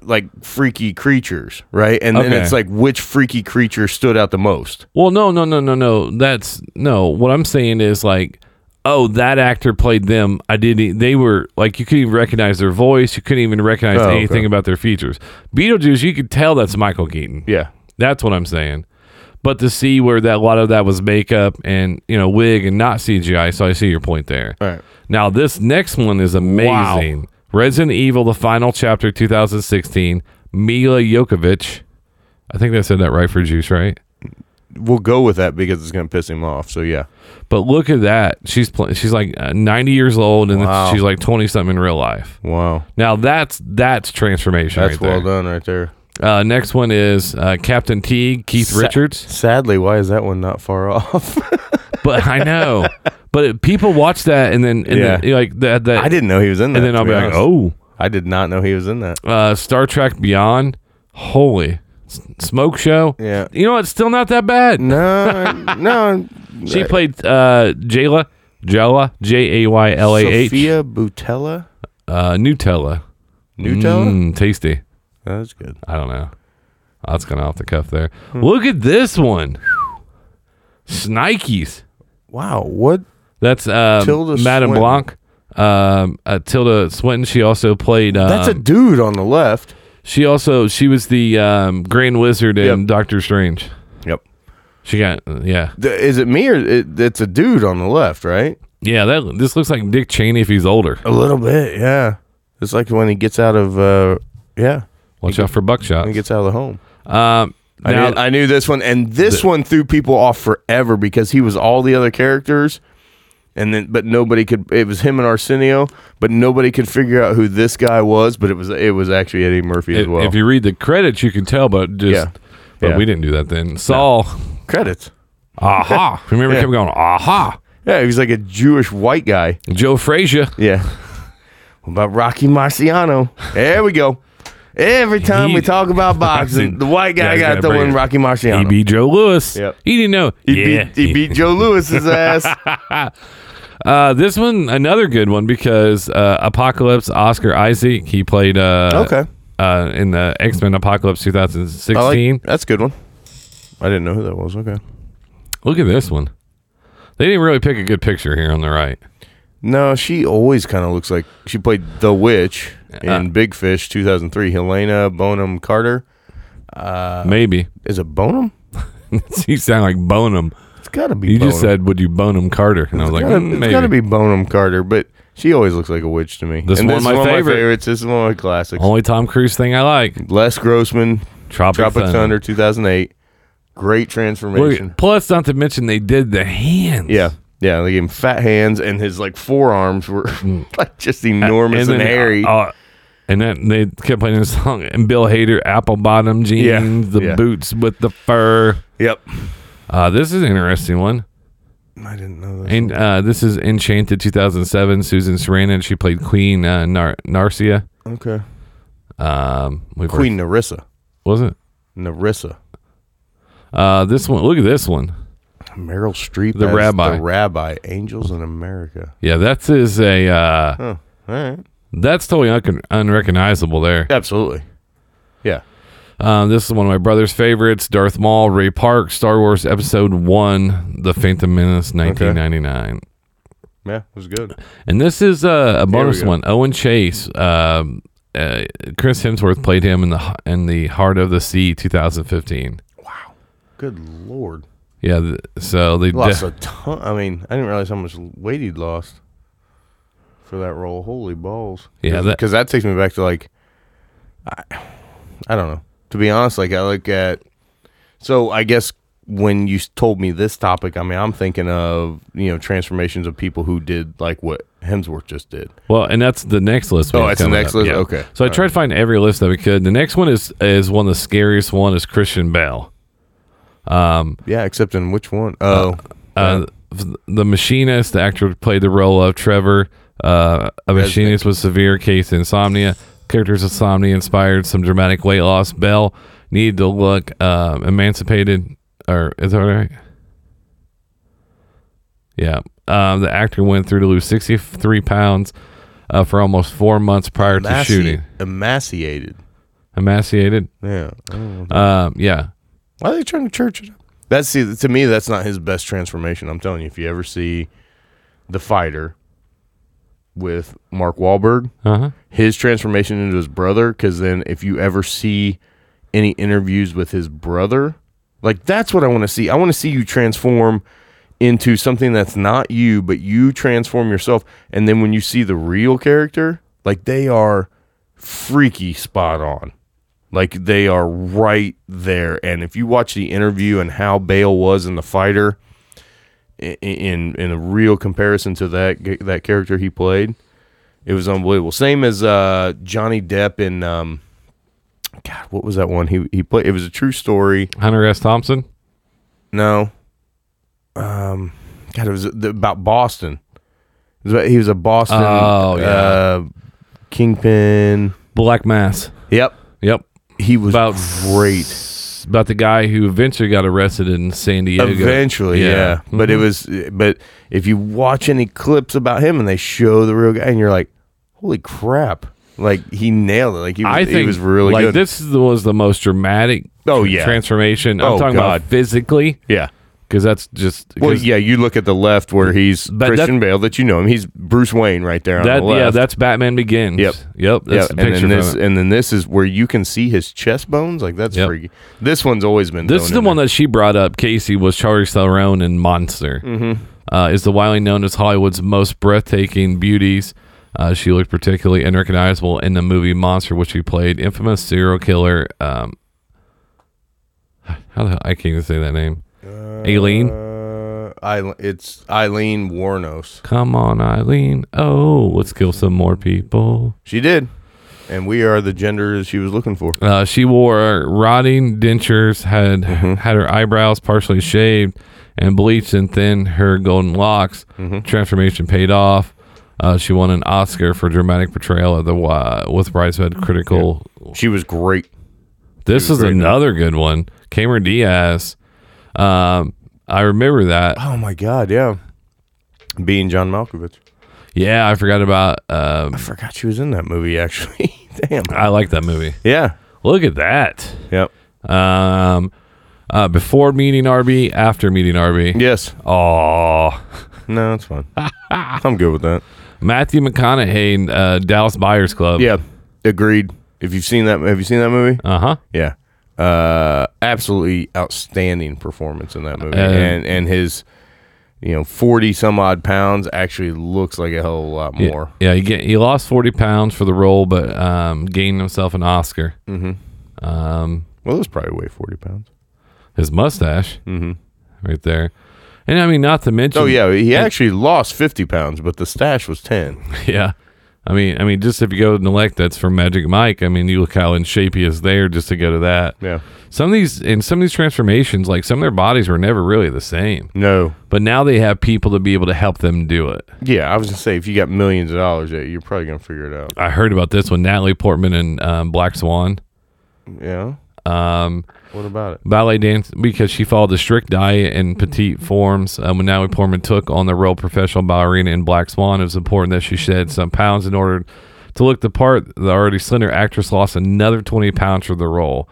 Speaker 5: like freaky creatures right and then
Speaker 4: Okay.
Speaker 5: it's like which freaky creature stood out the most
Speaker 4: Well, no, no, no, no, no. That's no. What I'm saying is like, oh, that actor played them. I didn't. e, They were like you couldn't even recognize their voice. You couldn't even recognize
Speaker 5: Oh, okay.
Speaker 4: anything about their features. Beetlejuice, you could tell that's Michael Keaton.
Speaker 5: yeah
Speaker 4: That's what I'm saying. But to see where that a lot of that was makeup and you know wig and not CGI, so I see your point there.
Speaker 5: all right
Speaker 4: Now this next one is amazing. Resident Evil: The Final Chapter, 2016. Mila Jokovic. I think I said that right for Juice, right?
Speaker 5: we'll go with that because it's gonna piss him off so yeah
Speaker 4: But look at that. She's pl- she's like uh, 90 years old and
Speaker 5: Wow.
Speaker 4: she's like 20 something in real life.
Speaker 5: wow
Speaker 4: Now that's that's transformation.
Speaker 5: that's
Speaker 4: right
Speaker 5: well
Speaker 4: there.
Speaker 5: done right there
Speaker 4: Uh, next one is uh, Captain Teague, Keith Richards.
Speaker 5: sadly why is that one not far <laughs> off
Speaker 4: but I know. But it, people watch that and then and then,
Speaker 5: Yeah.
Speaker 4: like that that
Speaker 5: i didn't know he was in that
Speaker 4: and then
Speaker 5: to
Speaker 4: I'll be like,
Speaker 5: honest.
Speaker 4: oh,
Speaker 5: i did not know he was in
Speaker 4: <laughs>
Speaker 5: that
Speaker 4: uh, Star Trek Beyond, holy S- smoke show.
Speaker 5: Yeah.
Speaker 4: you know it's still not that bad.
Speaker 5: no no
Speaker 4: She
Speaker 5: Right.
Speaker 4: played uh, Jayla, Jayla, J A Y L A H.
Speaker 5: Sophia Butella.
Speaker 4: Uh, Nutella.
Speaker 5: Nutella?
Speaker 4: Mm, tasty.
Speaker 5: That's good.
Speaker 4: I don't know. That's kind of off the cuff there.
Speaker 5: Hmm.
Speaker 4: Look at this one. Snikes.
Speaker 5: Wow. What?
Speaker 4: That's uh,
Speaker 5: Tilda
Speaker 4: Madame
Speaker 5: Swinton.
Speaker 4: Blanc. Um, uh, Tilda Swinton. She also played. Um,
Speaker 5: That's a dude on the left.
Speaker 4: She also she was the um, Grand Wizard in
Speaker 5: Yep.
Speaker 4: Doctor Strange.
Speaker 5: Yep.
Speaker 4: She got yeah
Speaker 5: Th- Is it me or it, it's a dude on the left, right?
Speaker 4: yeah. That this looks like Dick Cheney if he's older.
Speaker 5: A little bit, yeah. It's like when he gets out of, uh, yeah,
Speaker 4: Watch out for buckshot.
Speaker 5: when he gets out of the home.
Speaker 4: Um,
Speaker 5: I,
Speaker 4: now
Speaker 5: knew, I knew this one, and this one threw people off forever because he was all the other characters, and then but nobody could. It was him and Arsenio, but nobody could figure out who this guy was. But it was it was actually Eddie Murphy as
Speaker 4: if,
Speaker 5: well.
Speaker 4: if you read the credits, you can tell, but just
Speaker 5: Yeah.
Speaker 4: but
Speaker 5: Yeah.
Speaker 4: we didn't do that then. Saul,
Speaker 5: Credits. <laughs>
Speaker 4: aha! Remember, he
Speaker 5: Yeah.
Speaker 4: kept going, aha!
Speaker 5: Yeah, he was like a Jewish white guy.
Speaker 4: Joe Frazier.
Speaker 5: Yeah. What about Rocky Marciano? There we go. Every time
Speaker 4: He-
Speaker 5: we talk
Speaker 4: <laughs>
Speaker 5: about boxing, the white guy
Speaker 4: Yeah,
Speaker 5: got
Speaker 4: gotta bring
Speaker 5: throwing
Speaker 4: it.
Speaker 5: Rocky Marciano.
Speaker 4: He beat E Joe Lewis.
Speaker 5: Yep.
Speaker 4: He didn't know.
Speaker 5: He
Speaker 4: yeah.
Speaker 5: beat he beat Joe
Speaker 4: <laughs>
Speaker 5: Lewis's ass.
Speaker 4: uh, this one, another good one because uh, Apocalypse Oscar Isaac. He played uh,
Speaker 5: Okay.
Speaker 4: uh, in the X Men Apocalypse 2016.
Speaker 5: I like, that's a good one. I didn't know who that was. Okay.
Speaker 4: Look at this one. They didn't really pick a good picture here on the right.
Speaker 5: No, she always kind of looks like she played the witch in
Speaker 4: Uh.
Speaker 5: Big Fish 2003. Helena Bonham Carter Uh,
Speaker 4: Maybe <laughs>
Speaker 5: is it Bonham?
Speaker 4: you sound like Bonham.
Speaker 5: It's got to be.
Speaker 4: You
Speaker 5: Bonham.
Speaker 4: just said, "Would you Bonham Carter?" And I was like,
Speaker 5: gotta,
Speaker 4: "Mm,
Speaker 5: it's
Speaker 4: maybe.
Speaker 5: got to be Bonham Carter, but she always looks like a witch to me.
Speaker 4: This
Speaker 5: and
Speaker 4: one
Speaker 5: this
Speaker 4: of
Speaker 5: is
Speaker 4: my
Speaker 5: one
Speaker 4: favorite.
Speaker 5: of my favorites. This is one of my classics.
Speaker 4: Only Tom Cruise thing I like.
Speaker 5: Les Grossman,
Speaker 4: Tropic,
Speaker 5: Tropic
Speaker 4: Thunder.
Speaker 5: Thunder, 2008. Great transformation.
Speaker 4: Look, plus, not to mention they did the hands.
Speaker 5: Yeah. Yeah, they gave him fat hands, and his like forearms were <laughs> like just enormous and,
Speaker 4: Hmm. then,
Speaker 5: hairy.
Speaker 4: uh, and then they kept playing this song. And Bill Hader, apple bottom jeans,
Speaker 5: Yeah,
Speaker 4: the
Speaker 5: yeah.
Speaker 4: boots with the fur.
Speaker 5: yep,
Speaker 4: Uh, this is an interesting one.
Speaker 5: I didn't know that.
Speaker 4: And uh, this is Enchanted 2007. Susan Sarandon. She played Queen uh, Nar- Narcia.
Speaker 5: Okay,
Speaker 4: Um, we've
Speaker 5: Queen Narissa,
Speaker 4: was it?
Speaker 5: Narissa,
Speaker 4: Uh, this one. Look at this one.
Speaker 5: Meryl Streep,
Speaker 4: The
Speaker 5: as
Speaker 4: rabbi.
Speaker 5: the rabbi, Angels in America.
Speaker 4: Yeah, that is a. Uh,
Speaker 5: Huh. All right,
Speaker 4: That's totally un- unrecognizable there.
Speaker 5: absolutely. Yeah,
Speaker 4: Um, this is one of my brother's favorites: Darth Maul, Ray Park, Star Wars Episode One, The Phantom Menace, nineteen ninety nine.
Speaker 5: yeah, it was good.
Speaker 4: And this is uh, a bonus
Speaker 5: go.
Speaker 4: one. Owen Chase, um, uh, Chris Hemsworth played him in the in the Heart of the Sea, two thousand fifteen.
Speaker 5: Good lord,
Speaker 4: Yeah, th- so they
Speaker 5: He lost
Speaker 4: de-
Speaker 5: a ton. I mean, I didn't realize how much weight he'd lost for that role. Holy balls!
Speaker 4: Yeah, that-
Speaker 5: because that, takes me back to like, I, I don't know. To be honest, like I look at, so I guess when you s- told me this topic, I mean, I'm thinking of you know transformations of people who did like what Hemsworth just did.
Speaker 4: well, and that's the next list. we
Speaker 5: Oh,
Speaker 4: have
Speaker 5: it's the
Speaker 4: coming
Speaker 5: next
Speaker 4: up.
Speaker 5: list? Okay.
Speaker 4: So I
Speaker 5: All
Speaker 4: tried to find every list that we could. The next one is is one of the scariest one is Christian Bell.
Speaker 5: Yeah, except in which one? Oh,
Speaker 4: Uh, the machinist, the actor who played the role of Trevor, uh, a machinist with severe case of insomnia. Character's insomnia inspired some dramatic weight loss. Bell needed to look um, emancipated, or is that right? Yeah. Um, the actor went through to lose 63 pounds uh, for almost four months prior to
Speaker 5: emaci-
Speaker 4: shooting.
Speaker 5: emaciated.
Speaker 4: Emaciated?
Speaker 5: Yeah, Oh.
Speaker 4: Um, yeah.
Speaker 5: Why are they trying to church it up? That's see, to me, that's not his best transformation. I'm telling you, if you ever see the fighter with Mark Wahlberg,
Speaker 4: Uh huh.
Speaker 5: his transformation into his brother, because then if you ever see any interviews with his brother, like that's what I want to see. I want to see you transform into something that's not you, but you transform yourself. And then when you see the real character, like they are freaky spot on. Like they are right there. And if you watch the interview and how Bale was in the fighter, i- i- in in a real comparison to that g- that character he played, it was unbelievable. Same as uh, Johnny Depp in um, God, what was that one? He he played. It was a true story.
Speaker 4: Hunter S. Thompson?
Speaker 5: No, um, God, it was uh, the, about Boston. It was about- he was a Boston
Speaker 4: Oh, yeah.
Speaker 5: uh, kingpin.
Speaker 4: Black Mass.
Speaker 5: Yep,
Speaker 4: Yep.
Speaker 5: he was
Speaker 4: About
Speaker 5: great.
Speaker 4: It's about the guy who eventually got arrested in San Diego.
Speaker 5: Eventually, yeah. But it
Speaker 4: Mm-hmm.
Speaker 5: was, but if you watch any clips about him and they show the real guy, and you're like, holy crap! Like he nailed it. Like he was,
Speaker 4: I think
Speaker 5: he was really
Speaker 4: like
Speaker 5: good.
Speaker 4: this is the- was the most dramatic.
Speaker 5: Oh, yeah.
Speaker 4: transformation. I'm
Speaker 5: Oh,
Speaker 4: talking
Speaker 5: God.
Speaker 4: about physically.
Speaker 5: Yeah.
Speaker 4: because that's just
Speaker 5: well,
Speaker 4: 'cause
Speaker 5: yeah. You look at the left where he's
Speaker 4: But
Speaker 5: Christian
Speaker 4: that-
Speaker 5: Bale. That you know him. He's Bruce Wayne right there on
Speaker 4: That
Speaker 5: the
Speaker 4: yeah,
Speaker 5: left.
Speaker 4: that's Batman Begins.
Speaker 5: Yep.
Speaker 4: yep. That's the
Speaker 5: yeah, and
Speaker 4: picture
Speaker 5: then
Speaker 4: from
Speaker 5: this,
Speaker 4: it.
Speaker 5: and then this is where you can see his chest bones. Like that's
Speaker 4: Yep.
Speaker 5: freaky. This one's always been.
Speaker 4: This is
Speaker 5: thrown
Speaker 4: the
Speaker 5: in
Speaker 4: one that she brought up. Casey was Charlie Theron in Monster. Uh, is the widely known as Hollywood's most breathtaking beauties. Uh, she looked particularly unrecognizable in the movie Monster, which she played infamous serial killer. Um, how the hell, I can't even say that name. Aileen.
Speaker 5: there. Uh, Eile- it's Eileen Warnos.
Speaker 4: Come on, Eileen. Oh, let's kill some more people.
Speaker 5: She did, and we are the gender she was looking for.
Speaker 4: Uh, she wore rotting dentures, had
Speaker 5: Mm-hmm.
Speaker 4: had her eyebrows partially shaved and bleached, and thinned her golden locks.
Speaker 5: Mm-hmm.
Speaker 4: Transformation paid off. Uh, she won an Oscar for dramatic portrayal of the uh, with Bryce had critical.
Speaker 5: She was great.
Speaker 4: This
Speaker 5: was
Speaker 4: is
Speaker 5: great.
Speaker 4: another good one. Cameron Diaz. Um, I remember that.
Speaker 5: Oh my god, yeah. Being John Malkovich.
Speaker 4: Yeah, I forgot about. Um,
Speaker 5: I forgot she was in that movie actually. <laughs> Damn.
Speaker 4: I like that movie.
Speaker 5: Yeah.
Speaker 4: Look at that.
Speaker 5: Yep.
Speaker 4: Um, uh, before meeting RB, after meeting RB.
Speaker 5: Yes.
Speaker 4: Oh.
Speaker 5: No, it's <laughs> fine. I'm good with that.
Speaker 4: Matthew McConaughey in uh, Dallas Buyers Club.
Speaker 5: Yeah. Agreed. If you've seen that have you seen that movie?
Speaker 4: Uh huh.
Speaker 5: Yeah. Uh absolutely outstanding performance in that movie. and and his you know, forty some odd pounds actually looks like a hell of a lot more.
Speaker 4: Yeah, he, get, he lost 40 pounds for the role, but um, gained himself an Oscar. Mm-hmm. Um,
Speaker 5: Well, this probably weigh forty pounds.
Speaker 4: his mustache right there. And I mean, not to mention.
Speaker 5: Mm-hmm. Oh yeah, he actually lost fifty pounds, but the stash was <laughs> ten.
Speaker 4: <laughs> Yeah. I mean, I mean, just if you go to Nelect, that's from Magic Mike. I mean, you look how in shape he is there just to go to that.
Speaker 5: Yeah.
Speaker 4: Some of these, and some of these transformations, like some of their bodies were never really the same.
Speaker 5: No.
Speaker 4: But now they have people to be able to help them do it.
Speaker 5: Yeah, I was gonna say if you got millions of dollars, yeah, you're probably gonna figure it out.
Speaker 4: I heard about this one Natalie Portman and um, Black Swan.
Speaker 5: Yeah.
Speaker 4: Um,
Speaker 5: What about it?
Speaker 4: ballet dance because she followed the strict diet and petite forms. Um, when Natalie Portman took on the role of professional ballerina in Black Swan, it was important that she shed some pounds in order to look the part. The already slender actress lost another 20 pounds for the role.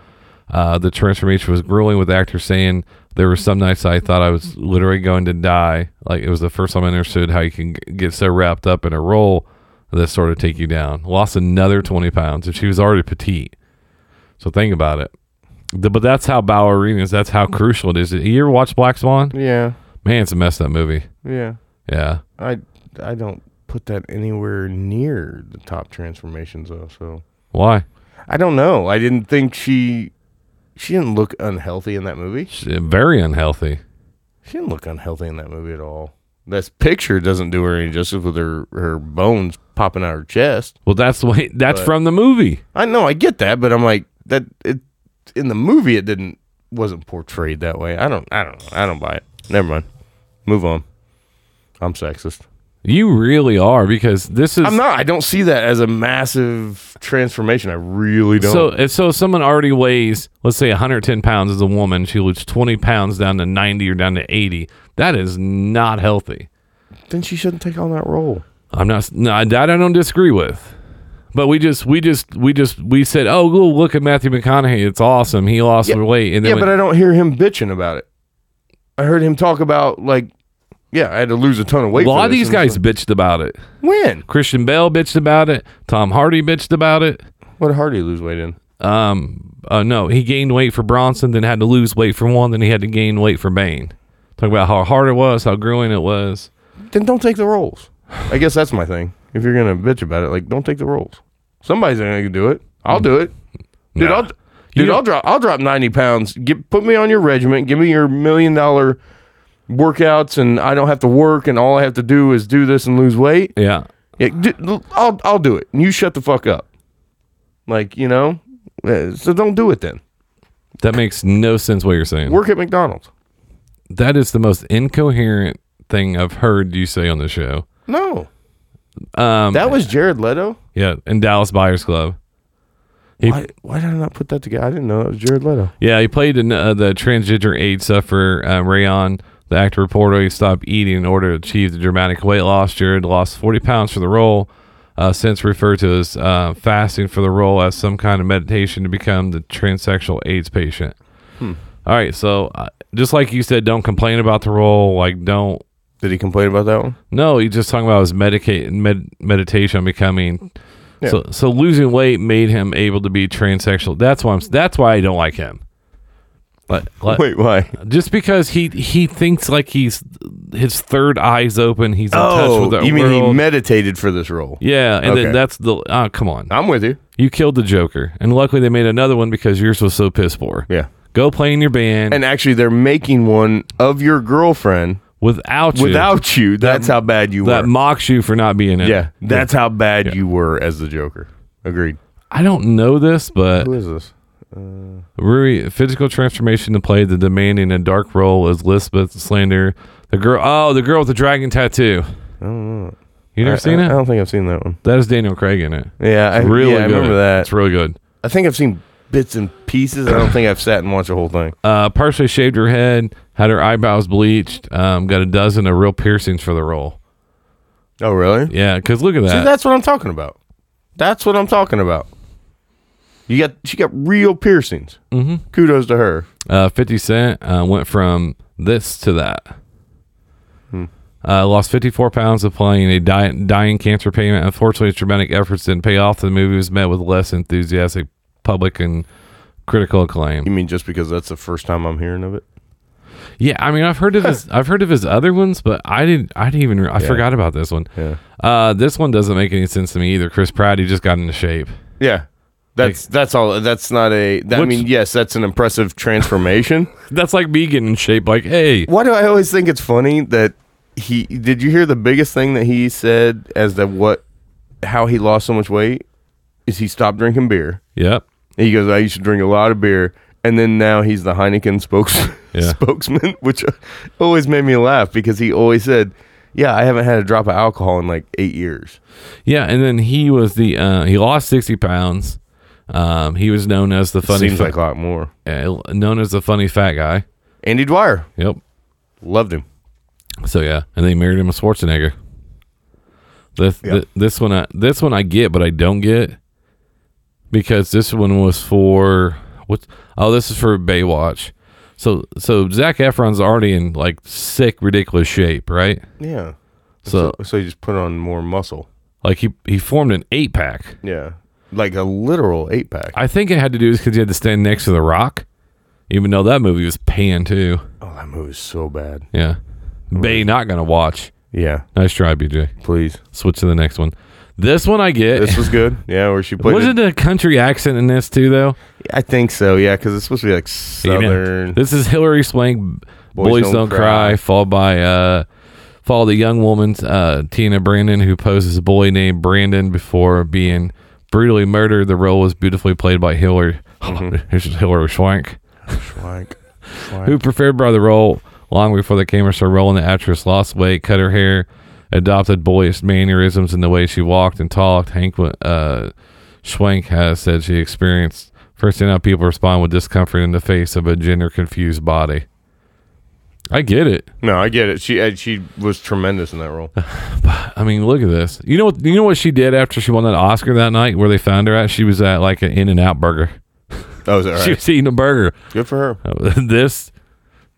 Speaker 4: Uh, the transformation was grueling, with the actor saying, There were some nights I thought I was literally going to die. Like, it was the first time I understood how you can g- get so wrapped up in a role that sort of take you down. Lost another 20 pounds, and she was already petite. So think about it. The, but that's how ballerinas. That's how crucial it is. You ever watch Black Swan?
Speaker 5: Yeah.
Speaker 4: Man, it's a mess that movie.
Speaker 5: Yeah.
Speaker 4: Yeah,
Speaker 5: I I don't put that anywhere near the top transformations though, so
Speaker 4: why?
Speaker 5: I don't know. I didn't think she she didn't look unhealthy in that movie.
Speaker 4: It's, uh, Very unhealthy.
Speaker 5: She didn't look unhealthy in that movie at all. This picture doesn't do her any justice with her, her bones popping out her chest.
Speaker 4: Well, that's the way. That's
Speaker 5: But-
Speaker 4: from the movie.
Speaker 5: I know, I get that, but I'm like that it in the movie it didn't wasn't portrayed that way. I don't I don't know. I don't buy it. Never mind. Move on. I'm sexist.
Speaker 4: You really are because this is.
Speaker 5: I'm not I don't see that as a massive transformation. I really don't.
Speaker 4: So if so, if someone already weighs, let's say 110 pounds as a woman, she loses 20 pounds down to 90 or down to 80. That is not healthy.
Speaker 5: then she shouldn't take on that role.
Speaker 4: I'm not. No, I- that I don't disagree with. But we just, we just, we just, we said, oh, well, look at Matthew McConaughey. It's awesome. He lost the weight. And then
Speaker 5: Yeah,
Speaker 4: when-
Speaker 5: but I don't hear him bitching about it. I heard him talk about like yeah, I had to lose a ton of weight.
Speaker 4: a
Speaker 5: for
Speaker 4: lot of
Speaker 5: this.
Speaker 4: these
Speaker 5: And it's
Speaker 4: guys bitched about it.
Speaker 5: like, when?
Speaker 4: Christian Bell bitched about it. Tom Hardy bitched about it.
Speaker 5: What did Hardy lose weight in?
Speaker 4: Um, uh, no, he gained weight for Bronson, then had to lose weight for one, then he had to gain weight for Bane. Talk about how hard it was, how grueling it was.
Speaker 5: Then don't take the roles. I guess that's my thing. If you're gonna bitch about it, like don't take the roles. Somebody's gonna do it. I'll do it. Dude,
Speaker 4: Nah.
Speaker 5: I'll dude,
Speaker 4: don't-
Speaker 5: I'll drop I'll drop ninety pounds. Get put me on your regiment. Give me your million dollar workouts, and I don't have to work, and all I have to do is do this and lose weight.
Speaker 4: Yeah,
Speaker 5: Yeah, d- l- I'll I'll do it. And you shut the fuck up. Like you know, Uh, so don't do it then.
Speaker 4: that makes no sense what you're saying.
Speaker 5: Work at McDonald's.
Speaker 4: That is the most incoherent thing I've heard you say on the show.
Speaker 5: No,
Speaker 4: Um,
Speaker 5: that was Jared Leto.
Speaker 4: yeah, in Dallas Buyers Club.
Speaker 5: why, why did I not put that together? I didn't know it was Jared Leto.
Speaker 4: Yeah, he played in uh, the transgender AIDS sufferer uh, Rayon. The actor reportedly stopped eating in order to achieve the dramatic weight loss. Jared lost 40 pounds for the role, uh, since referred to as uh, fasting for the role as some kind of meditation to become the transsexual AIDS patient.
Speaker 5: Hmm.
Speaker 4: All right, so uh, just like you said, don't complain about the role. Like, don't.
Speaker 5: Did he complain about that one?
Speaker 4: No, he's just talking about his medicate med- meditation on becoming.
Speaker 5: Yeah.
Speaker 4: So, so losing weight made him able to be transsexual. That's why I'm. That's why I don't like him. But, but-
Speaker 5: Wait, why?
Speaker 4: Just because he he thinks like he's his third eye's open. He's in touch with
Speaker 5: Oh,
Speaker 4: the
Speaker 5: you mean he
Speaker 4: world.
Speaker 5: meditated for this role?
Speaker 4: yeah, and
Speaker 5: Okay.
Speaker 4: then that's the. Oh, come on.
Speaker 5: I'm with you.
Speaker 4: You killed the Joker, and luckily they made another one because yours was so piss poor.
Speaker 5: Yeah.
Speaker 4: Go play in your band
Speaker 5: And actually, they're making one of your girlfriend
Speaker 4: without you,
Speaker 5: without you. That's how bad you
Speaker 4: that
Speaker 5: were.
Speaker 4: mocks you for not being in. it.
Speaker 5: yeah, that's how bad you were as the Joker. Agreed.
Speaker 4: I don't know this, but
Speaker 5: Who is this?
Speaker 4: Rui, physical transformation to play the demanding and dark role as Lisbeth Slander, the girl. Oh, the girl with the dragon tattoo.
Speaker 5: I don't know.
Speaker 4: You never
Speaker 5: I-
Speaker 4: seen
Speaker 5: I, I
Speaker 4: it?
Speaker 5: don't think I've seen that one.
Speaker 4: That is Daniel Craig in it.
Speaker 5: Yeah, I,
Speaker 4: It's really
Speaker 5: really yeah, I
Speaker 4: good.
Speaker 5: remember that.
Speaker 4: It's really good.
Speaker 5: I think I've seen bits and pieces. I don't think I've sat and watched the whole thing.
Speaker 4: Uh, partially shaved her head, had her eyebrows bleached, um, got a dozen of real piercings for the role.
Speaker 5: Oh, really?
Speaker 4: Yeah, because look at
Speaker 5: See,
Speaker 4: that.
Speaker 5: that's what I'm talking about. That's what I'm talking about. You got she got real piercings. Mm-hmm. Kudos to her.
Speaker 4: Uh, 50 Cent uh, went from this to that. Uh, lost 54 pounds of playing a di- dying cancer payment. Unfortunately, his dramatic efforts didn't pay off. The movie was met with less enthusiastic public and critical
Speaker 5: You
Speaker 4: acclaim.
Speaker 5: mean just because that's the first time I'm hearing of it?
Speaker 4: Yeah, I mean, I've heard of <laughs> his, I've heard of his other ones, but I didn't, I didn't even, re- I forgot about this one.
Speaker 5: Yeah.
Speaker 4: Uh, this one doesn't make any sense to me either. Chris Pratt, he just got into shape.
Speaker 5: Yeah. That's that's all. That's not a. That, I
Speaker 4: Which-
Speaker 5: mean, yes, that's an impressive transformation.
Speaker 4: That's like me getting in shape. Like, hey,
Speaker 5: <laughs> Why do I always think it's funny that he? Did you hear the biggest thing that he said as to what, how he lost so much weight? Is he stopped drinking beer?
Speaker 4: yep,
Speaker 5: And he goes, I used to drink a lot of beer. And then now he's the Heineken <laughs> spokes-
Speaker 4: Yeah.
Speaker 5: spokesman, <laughs> which always made me laugh because he always said, Yeah, I haven't had a drop of alcohol in like eight years.
Speaker 4: yeah. And then he was the uh, he lost sixty pounds. Um, he was known as the funny,
Speaker 5: Seems
Speaker 4: fa-
Speaker 5: like a lot more.
Speaker 4: uh, known as the funny fat guy.
Speaker 5: Andy Dwyer
Speaker 4: Yep.
Speaker 5: loved him.
Speaker 4: So yeah, and they married him a Schwarzenegger. This
Speaker 5: Yeah.
Speaker 4: th- this one I this one I get, but I don't get because this one was for what? Oh, this is for Baywatch. So so Zach Efron's already in like sick, ridiculous shape, right?
Speaker 5: Yeah.
Speaker 4: So
Speaker 5: So he just put on more muscle.
Speaker 4: like he he formed an eight pack.
Speaker 5: Yeah. Like a literal eight pack.
Speaker 4: I think it had to do with because he had to stand next to The Rock, even though that movie was pan too.
Speaker 5: oh, that movie's so bad.
Speaker 4: Yeah, Bay not gonna watch.
Speaker 5: Yeah.
Speaker 4: Nice try, BJ.
Speaker 5: Please.
Speaker 4: Switch to the next one. This one I get. <laughs>
Speaker 5: This was good. <laughs> Yeah. Where she played.
Speaker 4: was it a country accent in this too, though?
Speaker 5: I think so. Yeah. Because it's supposed to be like Southern.
Speaker 4: This is Hillary Swank. Boys, don't, cry. Followed by uh, followed the young woman uh, Tina Brandon, who poses a boy named Brandon before being brutally murdered. The role was beautifully played by <laughs> Hillary. Here's Hillary Swank.
Speaker 5: Like,
Speaker 4: who preferred by the role long before the camera started rolling. The actress lost weight, cut her hair, adopted boyish mannerisms in the way she walked and talked. Hank uh, Schwenk has said she experienced first how people respond with discomfort in the face of a gender confused body. I get it.
Speaker 5: no, I get it. She uh, she was tremendous in that <laughs> role.
Speaker 4: I mean, look at this. You know what? You know what she did after she won that Oscar that night, where they found her at. She was at like an In and Out Burger. <laughs>
Speaker 5: Oh, is that right?
Speaker 4: She was eating a burger. <laughs>
Speaker 5: Good for her.
Speaker 4: this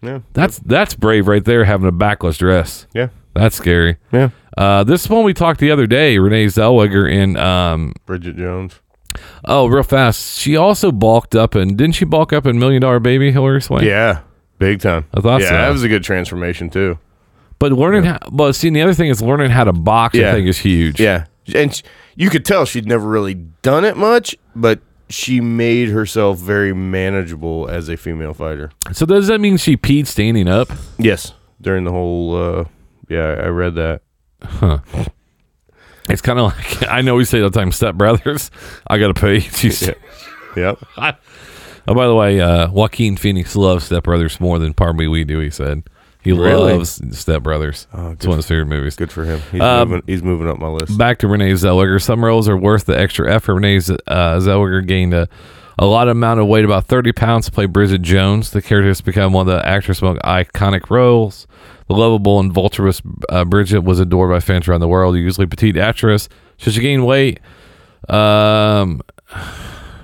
Speaker 5: Yeah.
Speaker 4: that's that's brave right there, having a backless dress.
Speaker 5: Yeah.
Speaker 4: That's scary.
Speaker 5: Yeah.
Speaker 4: Uh, this one we talked the other day, Renee Zellweger in um
Speaker 5: Bridget Jones.
Speaker 4: oh real fast. She also bulked up and didn't she bulk up in Million Dollar Baby Hillary Swank?
Speaker 5: Yeah. Big time.
Speaker 4: I thought
Speaker 5: yeah,
Speaker 4: so.
Speaker 5: that was a good transformation too.
Speaker 4: But learning how well see and the other thing is learning how to box
Speaker 5: Yeah.
Speaker 4: I think is huge.
Speaker 5: Yeah. And sh you could tell she'd never really done it much, but she made herself very manageable as a female fighter.
Speaker 4: So does that mean she peed standing up?
Speaker 5: Yes. During the whole uh yeah, I read that.
Speaker 4: It's kinda like <laughs> I know we say all the time, step brothers. I gotta pee. <laughs> She's
Speaker 5: Yep.
Speaker 4: Oh, by the way, uh, Joaquin Phoenix loves Step Brothers more than probably we do. He said, He
Speaker 5: Really? Oh,
Speaker 4: loves Step Brothers. it's one of his favorite movies.
Speaker 5: Good for him. He's,
Speaker 4: Um,
Speaker 5: moving, he's moving up my list.
Speaker 4: Back to Renee Zellweger. Some roles are worth the extra effort. Renee Z- uh, Zellweger gained a, a lot amount of weight, about 30 pounds, to play Bridget Jones. The character has become one of the actress' most iconic roles. The lovable and vulturous uh, Bridget was adored by fans around the world. Usually petite actress, so she gained weight. Um,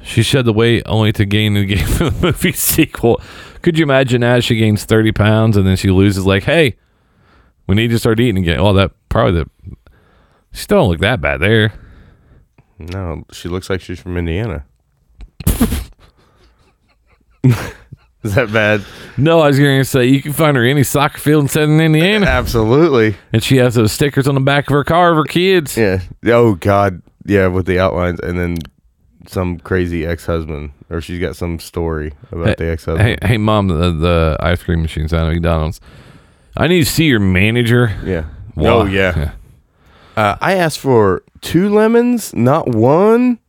Speaker 4: she shed the weight only to gain again for the <laughs> movie sequel. Could you imagine that? She gains 30 pounds and then she loses, like, hey, we need to start eating again. Well, that probably the. She don't look that bad there.
Speaker 5: No, she looks like she's from
Speaker 4: <laughs>
Speaker 5: Indiana. Is that bad?
Speaker 4: No, I was going to say, you can find her any soccer field in
Speaker 5: <laughs>
Speaker 4: Southern Indiana.
Speaker 5: Absolutely.
Speaker 4: And she has those stickers on the back of her car of her kids.
Speaker 5: Yeah. Oh God. Yeah, with the outlines, and then some crazy ex-husband, or she's got some story about the ex-husband.
Speaker 4: Hey, hey, mom, the, the ice cream machine's out of McDonald's. I need to see your manager.
Speaker 5: Yeah.
Speaker 4: Why?
Speaker 5: Oh yeah. Uh, I asked for two lemons, not one.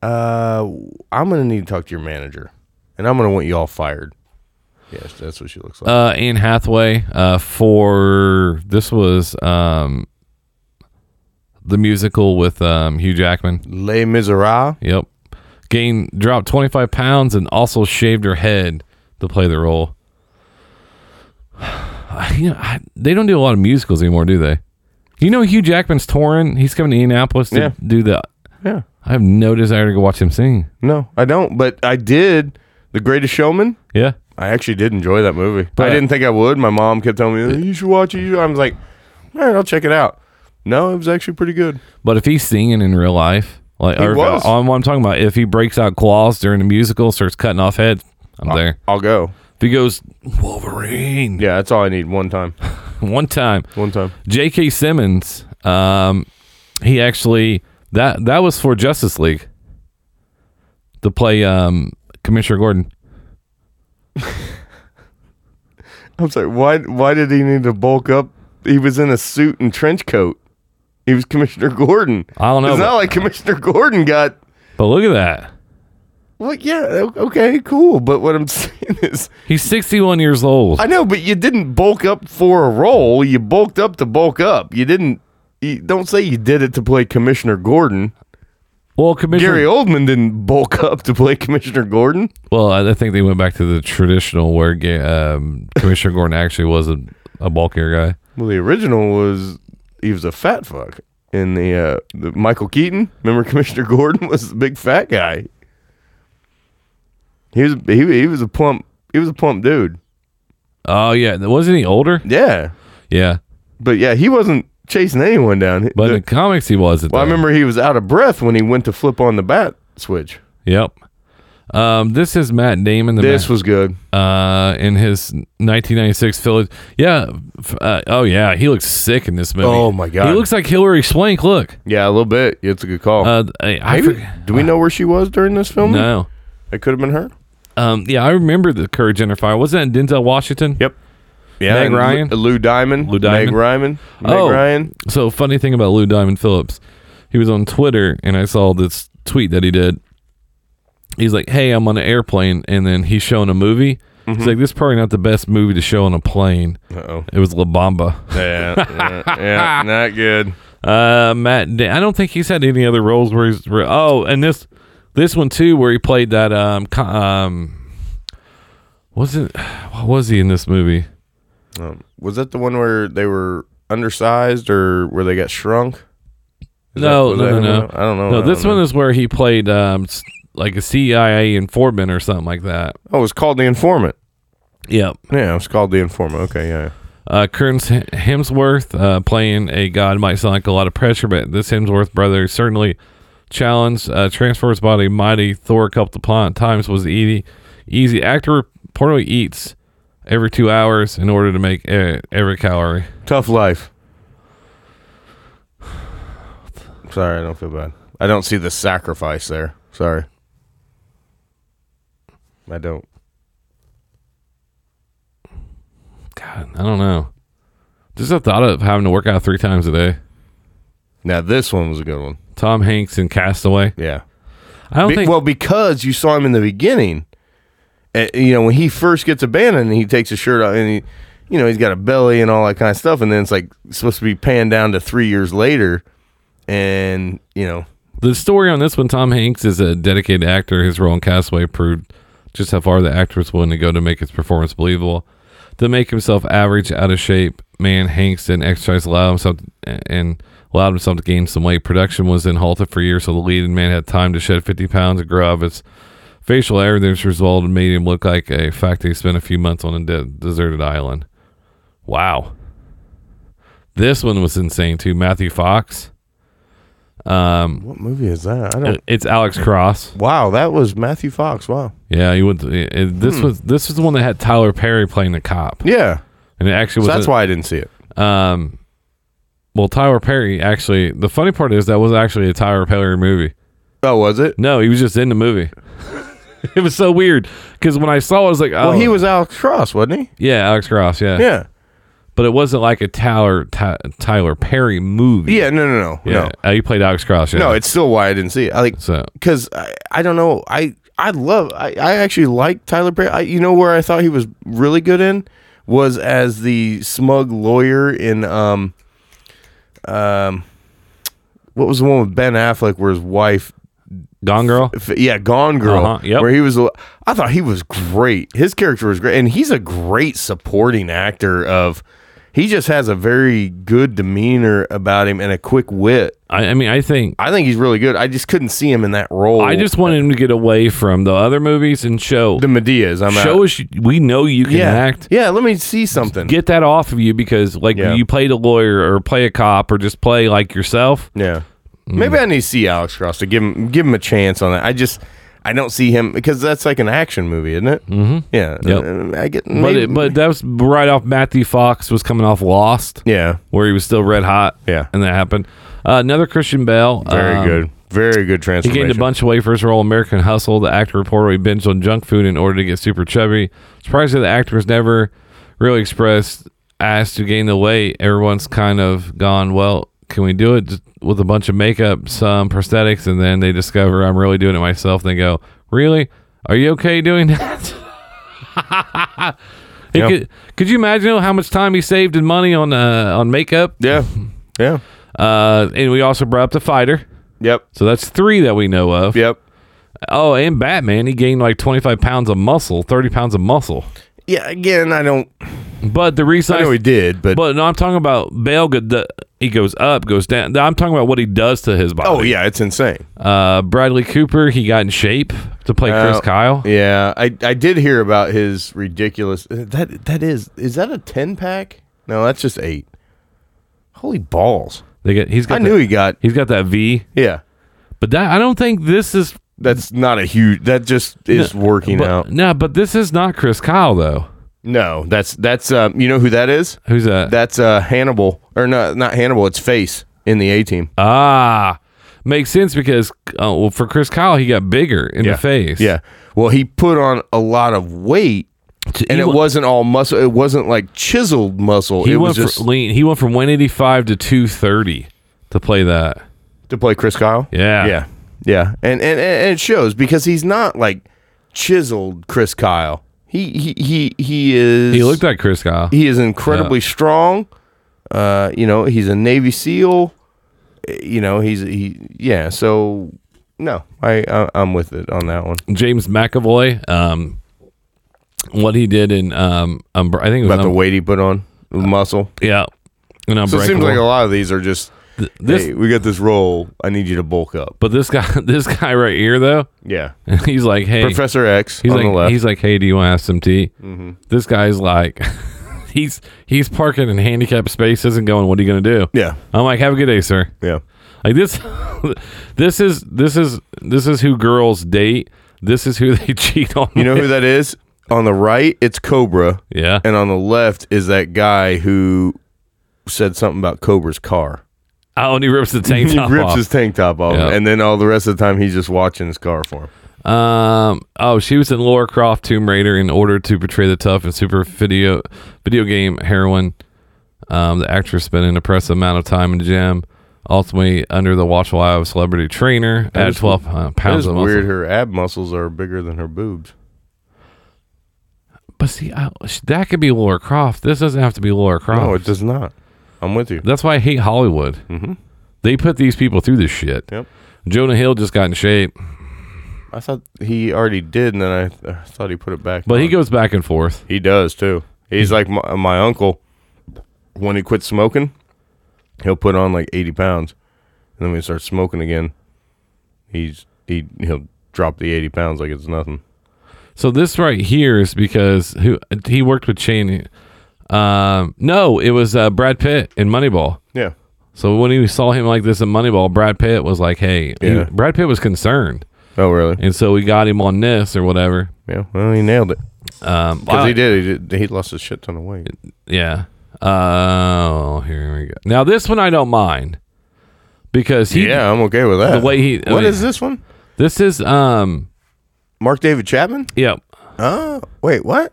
Speaker 5: Uh, I'm gonna need to talk to your manager, and I'm gonna want you all fired. Yes, that's what she looks like.
Speaker 4: uh, Anne Hathaway uh, for this was um, the musical with um, Hugh Jackman.
Speaker 5: Les Miserables.
Speaker 4: Yep, gained dropped twenty five pounds and also shaved her head to play the role. <sighs> I- you know, I, they don't do a lot of musicals anymore, do they? You know, Hugh Jackman's touring. He's coming to Indianapolis to
Speaker 5: Yeah.
Speaker 4: do the.
Speaker 5: Yeah.
Speaker 4: I have no desire to go watch him sing.
Speaker 5: No, I don't. But I did. The Greatest Showman.
Speaker 4: Yeah,
Speaker 5: I actually did enjoy that movie.
Speaker 4: But-
Speaker 5: I didn't think I would. My mom kept telling me, "Oh, "You should watch it." you should-" I was like, "All right, I'll check it out." No, it was actually pretty good.
Speaker 4: But if he's singing in real life, like
Speaker 5: He
Speaker 4: or if-
Speaker 5: was.
Speaker 4: I'm, what I'm talking about, if he breaks out claws during a musical, starts cutting off heads, I'm there.
Speaker 5: I'll go.
Speaker 4: If he goes Wolverine
Speaker 5: Yeah, that's all I need. One time.
Speaker 4: one time,
Speaker 5: One time.
Speaker 4: J.K. Simmons, um, he actually that that was for Justice League to play um, Commissioner Gordon.
Speaker 5: I'm sorry. Why? Why did he need to bulk up? He was in a suit and trench coat. He was <laughs> Commissioner Gordon.
Speaker 4: I don't know,
Speaker 5: It's
Speaker 4: but-
Speaker 5: not like Commissioner Gordon got.
Speaker 4: But look at that,
Speaker 5: Well, yeah. o- Okay, cool. But what I'm <laughs> saying is,
Speaker 4: he's 61 years old.
Speaker 5: I know, but you didn't bulk up for a role. You bulked up to bulk up. You didn't. You, don't say you did it to play Commissioner Gordon.
Speaker 4: well, Commissioner.
Speaker 5: Gary Oldman didn't bulk up to play Commissioner Gordon.
Speaker 4: Well, I I think they went back to the traditional where Ga- um, Commissioner Gordon actually was a, a bulkier guy.
Speaker 5: Well, the original was he was a fat fuck in the uh, the Michael Keaton. Remember, <laughs> Commissioner Gordon was the big fat guy. He was he, he was a plump he was a plump dude.
Speaker 4: Oh yeah, wasn't he older?
Speaker 5: Yeah,
Speaker 4: Yeah,
Speaker 5: but yeah, he wasn't chasing anyone down.
Speaker 4: but in
Speaker 5: The-
Speaker 4: the comics he wasn't.
Speaker 5: well, I
Speaker 4: though.
Speaker 5: remember he was out of breath when he went to flip on the bat switch.
Speaker 4: Yep. Um, this is Matt Damon. The
Speaker 5: This
Speaker 4: ma-
Speaker 5: was good.
Speaker 4: uh, in his 1996 Philly. Yeah. f- Uh, oh yeah, he looks sick in this movie.
Speaker 5: Oh, my God.
Speaker 4: he looks like Hillary Swank. Look.
Speaker 5: Yeah, a little bit. It's a good call.
Speaker 4: Uh, I, I
Speaker 5: Maybe-
Speaker 4: forg-
Speaker 5: do we know where she was during this film?
Speaker 4: no.
Speaker 5: it could have been her.
Speaker 4: Um, yeah, I remember the Courage Under Fire. Wasn't that Denzel Washington?
Speaker 5: Yep. Yeah,
Speaker 4: Meg
Speaker 5: and Lu-
Speaker 4: Ryan?
Speaker 5: Lou Diamond,
Speaker 4: Lou Diamond.
Speaker 5: Meg Ryan, Meg
Speaker 4: Oh.
Speaker 5: Ryan.
Speaker 4: So funny thing about Lou Diamond Phillips, he was on Twitter and I saw this tweet that he did. He's like, "Hey, I'm on an airplane," and then he's showing a movie. He's like, "This is probably not the best movie to show on a plane."
Speaker 5: Mm-hmm. Uh-oh.
Speaker 4: It was
Speaker 5: <laughs>
Speaker 4: La Bamba.
Speaker 5: yeah, yeah,
Speaker 4: <laughs>
Speaker 5: yeah, not good.
Speaker 4: Uh, Matt, da- I don't think he's had any other roles where he's. Where, oh, and this this one too, where he played that um co- um. Was it? What was he in this movie?
Speaker 5: Um, was that the one where they were undersized or where they got shrunk? Is
Speaker 4: no,
Speaker 5: that- was
Speaker 4: no,
Speaker 5: that
Speaker 4: no, no.
Speaker 5: him? I don't know.
Speaker 4: No,
Speaker 5: I
Speaker 4: this
Speaker 5: don't
Speaker 4: one
Speaker 5: know.
Speaker 4: is where he played um s- like a CIA informant or something like that.
Speaker 5: Oh, it's called the informant.
Speaker 4: Yep.
Speaker 5: Yeah, it's called the informant. Okay, yeah. yeah.
Speaker 4: Uh, Kearns Hemsworth uh, playing a god might sound like a lot of pressure, but this Hemsworth brother certainly challenged, uh, transforms body mighty Thor a couple upon times was easy. Easy actor reportedly eats every two hours in order to make uh, every calorie.
Speaker 5: Tough life. Sorry, I don't feel bad. I don't see the sacrifice there. Sorry. I don't.
Speaker 4: God, I don't know. Just the thought of having to work out three times a day.
Speaker 5: Now this one was a good one.
Speaker 4: Tom Hanks in Castaway.
Speaker 5: Yeah.
Speaker 4: I don't
Speaker 5: Be-
Speaker 4: think.
Speaker 5: well, because you saw him in the beginning, Uh, you know when he first gets abandoned, he takes his shirt off and he you know, he's got a belly and all that kind of stuff. And then it's like supposed to be panned down to three years later. And, you know,
Speaker 4: The story on this one, Tom Hanks is a dedicated actor. His role in Castaway proved just how far the actor was willing to go to make his performance believable. To make himself average, out of shape, man, Hanks didn't exercise, allowed himself and allowed himself to gain some weight. Production was then halted for years, so the leading man had time to shed 50 pounds and grow out of his facial hair. This result made him look like a fact that he spent a few months on a de- deserted island. Wow. This one was insane too. Matthew Fox. Um,
Speaker 5: what movie is that? I don't.
Speaker 4: it's Alex Cross.
Speaker 5: Wow, that was Matthew Fox. Wow.
Speaker 4: Yeah, he went. it- it-
Speaker 5: Hmm.
Speaker 4: this was this was the one that had Tyler Perry playing the cop,
Speaker 5: Yeah.
Speaker 4: and it actually
Speaker 5: So
Speaker 4: was.
Speaker 5: that's why I didn't see it.
Speaker 4: Um, well, Tyler Perry actually. The funny part is that was actually a Tyler Perry movie.
Speaker 5: Oh, was it?
Speaker 4: No, he was just in the movie. <laughs> it was so weird because when I saw, it, I was like, "Oh,
Speaker 5: Well, he was Alex Cross, wasn't he?
Speaker 4: yeah, Alex Cross, yeah,
Speaker 5: Yeah.
Speaker 4: But it wasn't like a Tyler Ty, Tyler Perry movie.
Speaker 5: Yeah. No. No. No. No.
Speaker 4: Uh, he played Alex Cross. Yeah.
Speaker 5: No, it's still why I didn't see it. I like
Speaker 4: So-
Speaker 5: because I, I don't know. I I love. I, I actually like Tyler Perry. I, you know where I thought he was really good in was as the smug lawyer in um um what was the one with Ben Affleck where his wife
Speaker 4: Gone Girl.
Speaker 5: F- yeah, Gone Girl,
Speaker 4: Uh-huh, yep.
Speaker 5: where he was. a- I thought he was great. His character was great, and he's a great supporting actor. Of he just has a very good demeanor about him and a quick wit.
Speaker 4: I, I mean, I think
Speaker 5: I think he's really good. I just couldn't see him in that role.
Speaker 4: I just wanted him to get away from the other movies and show
Speaker 5: the Medeas. I'm
Speaker 4: show
Speaker 5: out.
Speaker 4: us you- we know you can
Speaker 5: yeah,
Speaker 4: act.
Speaker 5: yeah. Let me see something.
Speaker 4: Get that off of you because like
Speaker 5: Yeah.
Speaker 4: you played a lawyer or play a cop or just play like yourself.
Speaker 5: yeah,
Speaker 4: Mm.
Speaker 5: maybe I need to see Alex Cross to give him give him a chance on that. I just. I don't see him because that's like an action movie, isn't it? Mm-hmm. Yeah,
Speaker 4: Yep.
Speaker 5: I get,
Speaker 4: But
Speaker 5: maybe-
Speaker 4: it, but that was right off Matthew Fox was coming off Lost
Speaker 5: yeah,
Speaker 4: where he was still red hot.
Speaker 5: Yeah.
Speaker 4: And that happened. Uh, another Christian Bale.
Speaker 5: Very
Speaker 4: um,
Speaker 5: good. Very good
Speaker 4: He
Speaker 5: transformation.
Speaker 4: gained a bunch of weight for his role in American Hustle. The actor reportedly binged on junk food in order to get super chubby. Surprisingly, the actor was never really expressed asked to gain the weight. Everyone's kind of gone, well, can we do it just with a bunch of makeup, some prosthetics, and then they discover I'm really doing it myself. They go, really? Are you okay doing that? <laughs> He
Speaker 5: Yeah.
Speaker 4: could, could you imagine how much time he saved and money on uh, on makeup?
Speaker 5: Yeah. Yeah.
Speaker 4: Uh, and we also brought up the fighter.
Speaker 5: Yep.
Speaker 4: So that's three that we know of.
Speaker 5: Yep.
Speaker 4: Oh, and Batman, he gained like 25 pounds of muscle, 30 pounds of muscle.
Speaker 5: Yeah. Again, I don't.
Speaker 4: But the reason
Speaker 5: I know he did, but,
Speaker 4: but no, I'm talking about Bale. Good, the, he goes up, goes down. No, I'm talking about what he does to his body.
Speaker 5: oh yeah, it's insane.
Speaker 4: Uh, Bradley Cooper, he got in shape to play Chris
Speaker 5: Uh,
Speaker 4: Kyle.
Speaker 5: Yeah, I I did hear about his ridiculous. uh, That that is is that a ten pack? No, that's just eight. Holy balls!
Speaker 4: They get, he's got
Speaker 5: I
Speaker 4: that-
Speaker 5: knew he got.
Speaker 4: He's got that V,
Speaker 5: Yeah,
Speaker 4: but that I don't think this is
Speaker 5: that's not a huge. That just is working
Speaker 4: but,
Speaker 5: out.
Speaker 4: No, but this is not Chris Kyle though.
Speaker 5: No, that's that's um. You know who that is?
Speaker 4: Who's that?
Speaker 5: That's uh Hannibal or no, not Hannibal. It's Face in the A team.
Speaker 4: ah, makes sense because uh, well, for Chris Kyle, he got bigger in the face.
Speaker 5: Yeah. Well, he put on a lot of weight
Speaker 4: He
Speaker 5: and it
Speaker 4: wa-
Speaker 5: wasn't all muscle. It wasn't like chiseled muscle.
Speaker 4: He
Speaker 5: it was
Speaker 4: went
Speaker 5: just
Speaker 4: from lean. He went from 185 to 230 to play that.
Speaker 5: to play Chris Kyle.
Speaker 4: Yeah.
Speaker 5: yeah, yeah. And and and it shows because he's not like chiseled Chris Kyle. He he he he is.
Speaker 4: He looked like Chris Kyle.
Speaker 5: he is incredibly strong. Uh, you know, he's a Navy SEAL. Uh, You know, he's he yeah. So no, I, I I'm with it on that one.
Speaker 4: James McAvoy. Um, what he did in um, um I think it was
Speaker 5: About the
Speaker 4: um,
Speaker 5: weight he put on the muscle.
Speaker 4: Yeah. And
Speaker 5: Uh, So it seems like a lot of these are just.
Speaker 4: this,
Speaker 5: hey, we got this role. I need you to bulk up.
Speaker 4: but this guy, <laughs> this guy right here though, <laughs>
Speaker 5: Yeah.
Speaker 4: he's like, hey,
Speaker 5: Professor X
Speaker 4: he's
Speaker 5: on
Speaker 4: like,
Speaker 5: the left. Mm-hmm.
Speaker 4: he's like, hey, do you want to have some tea? This guy's like, <laughs> he's he's parking in handicapped spaces and going, what are you gonna do?
Speaker 5: yeah.
Speaker 4: I'm like, have a good day, sir.
Speaker 5: Yeah.
Speaker 4: Like this, <laughs> this is this is this is who girls date. This is who <laughs> they cheat on.
Speaker 5: You <laughs> know who that is? On the right, it's Cobra.
Speaker 4: <laughs> Yeah.
Speaker 5: And on the left is that guy who said something about Cobra's car.
Speaker 4: Oh, and he rips the
Speaker 5: <laughs>
Speaker 4: tank
Speaker 5: he
Speaker 4: top
Speaker 5: rips
Speaker 4: off.
Speaker 5: his tank top off.
Speaker 4: Yeah.
Speaker 5: And then all the rest of the time, he's just watching his car for him.
Speaker 4: um. Oh, she was in Laura Croft Tomb Raider in order to portray the tough and super video video game heroine. Um, the actress spent an impressive amount of time in the gym, ultimately under the watchful eye of a celebrity trainer. At
Speaker 5: is-
Speaker 4: twelve uh,
Speaker 5: That is
Speaker 4: pounds of
Speaker 5: weird.
Speaker 4: muscle.
Speaker 5: Her ab muscles are bigger than her boobs.
Speaker 4: But see, I, that could be Laura Croft. This doesn't have to be Laura Croft.
Speaker 5: No, it does not. I'm with you.
Speaker 4: That's why I hate Hollywood. They put these people through this shit.
Speaker 5: Mm-hmm. Yep.
Speaker 4: Jonah Hill just got in shape,
Speaker 5: I thought he already did, and then I, th- I thought he put it back.
Speaker 4: but he
Speaker 5: on.
Speaker 4: goes back and forth.
Speaker 5: He does too. He's like my, my uncle. When he quits smoking, he'll put on like eighty pounds, and then when he starts smoking again, he's he he'll drop the eighty pounds like it's nothing.
Speaker 4: So this right here is because who he worked with Cheney. Um, no, it was uh, Brad Pitt in Moneyball.
Speaker 5: Yeah,
Speaker 4: So when he saw him like this in Moneyball, Brad Pitt was like, "Hey," he-
Speaker 5: Yeah.
Speaker 4: Brad Pitt was concerned,
Speaker 5: Oh, really?
Speaker 4: and so we got him on this or whatever.
Speaker 5: Yeah. Well, he nailed it
Speaker 4: Um,
Speaker 5: because
Speaker 4: I-
Speaker 5: he did. He did. He lost a shit ton of weight.
Speaker 4: Yeah. Oh, here we go. Now this one I don't mind because he.
Speaker 5: yeah, I'm okay with that.
Speaker 4: The way he-
Speaker 5: What
Speaker 4: I
Speaker 5: is
Speaker 4: mean-
Speaker 5: this one?
Speaker 4: This is um.
Speaker 5: Mark David Chapman?
Speaker 4: Yep.
Speaker 5: Oh, wait, what?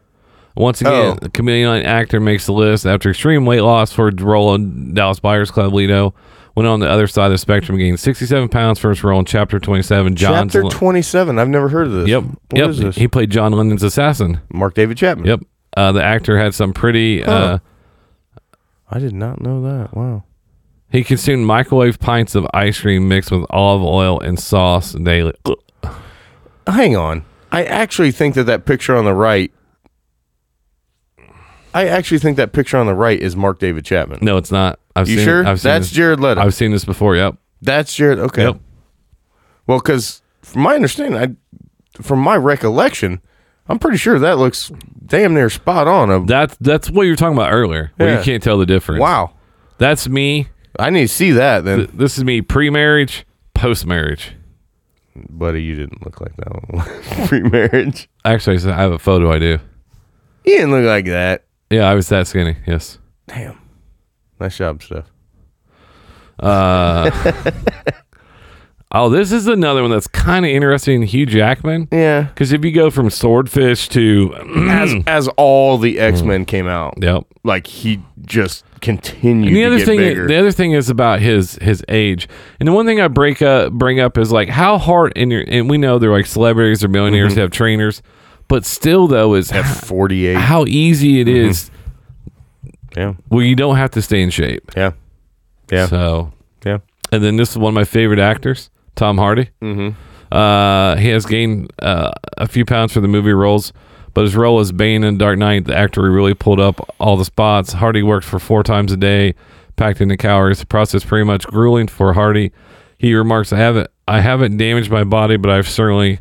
Speaker 4: Once again,
Speaker 5: Oh.
Speaker 4: the chameleon actor makes the list after extreme weight loss for role in Dallas Buyers Club. Lido went on the other side of the spectrum, gained 67 pounds for his role in Chapter 27. John
Speaker 5: Chapter 27. I've never heard of this.
Speaker 4: Yep.
Speaker 5: What
Speaker 4: yep.
Speaker 5: is this? Hmm.
Speaker 4: He played John Lennon's assassin.
Speaker 5: Mark David Chapman.
Speaker 4: Yep. Uh, the actor had some pretty. Uh,
Speaker 5: I did not know that. Wow.
Speaker 4: he consumed microwave pints of ice cream mixed with olive oil and sauce daily.
Speaker 5: Hang on. I actually think that that picture on the right. I actually think that picture on the right is Mark David Chapman.
Speaker 4: No, it's not. I've
Speaker 5: You
Speaker 4: seen
Speaker 5: sure?
Speaker 4: I've seen
Speaker 5: That's
Speaker 4: this-
Speaker 5: Jared Leto.
Speaker 4: I've seen this before. Yep.
Speaker 5: That's Jared. Okay.
Speaker 4: Yep.
Speaker 5: Well, because from my understanding, I, from my recollection, I'm pretty sure that looks damn near spot on. Of
Speaker 4: That's that's what you were talking about earlier. Where
Speaker 5: Yeah.
Speaker 4: you can't tell the difference.
Speaker 5: wow.
Speaker 4: That's me.
Speaker 5: I need to see that then.
Speaker 4: Th- This is me pre-marriage, post-marriage.
Speaker 5: Buddy, you didn't look like that one. <laughs> pre-marriage.
Speaker 4: Actually, I said- I have a photo. I do.
Speaker 5: You didn't look like that.
Speaker 4: Yeah, I was that skinny. Yes.
Speaker 5: Damn. Nice job, Steph.
Speaker 4: Oh, this is another one that's kind of interesting. Hugh Jackman.
Speaker 5: Yeah.
Speaker 4: Because if you go from swordfish to, <clears throat>
Speaker 5: As as all the X Men came out,
Speaker 4: yep.
Speaker 5: like he just continued
Speaker 4: And the
Speaker 5: to
Speaker 4: other
Speaker 5: get
Speaker 4: thing,
Speaker 5: bigger.
Speaker 4: the other thing is about his his age. And the one thing I break up, bring up is like how hard in your and we know they're like celebrities or millionaires
Speaker 5: Mm-hmm.
Speaker 4: have trainers, but still though is
Speaker 5: At
Speaker 4: <sighs>
Speaker 5: forty eight.
Speaker 4: how easy it
Speaker 5: Mm-hmm.
Speaker 4: is
Speaker 5: Yeah.
Speaker 4: where you don't have to stay in shape.
Speaker 5: Yeah. Yeah.
Speaker 4: So,
Speaker 5: Yeah.
Speaker 4: and then this is one of my favorite actors, Tom Hardy. Mm-hmm. Uh, he has gained uh, a few pounds for the movie roles, but his role as Bane in Dark Knight, the actor who really pulled up all the spots. Hardy worked for four times a day, packed into calories. The process pretty much grueling for Hardy. He remarks, "I haven't, I haven't damaged my body, but I've certainly."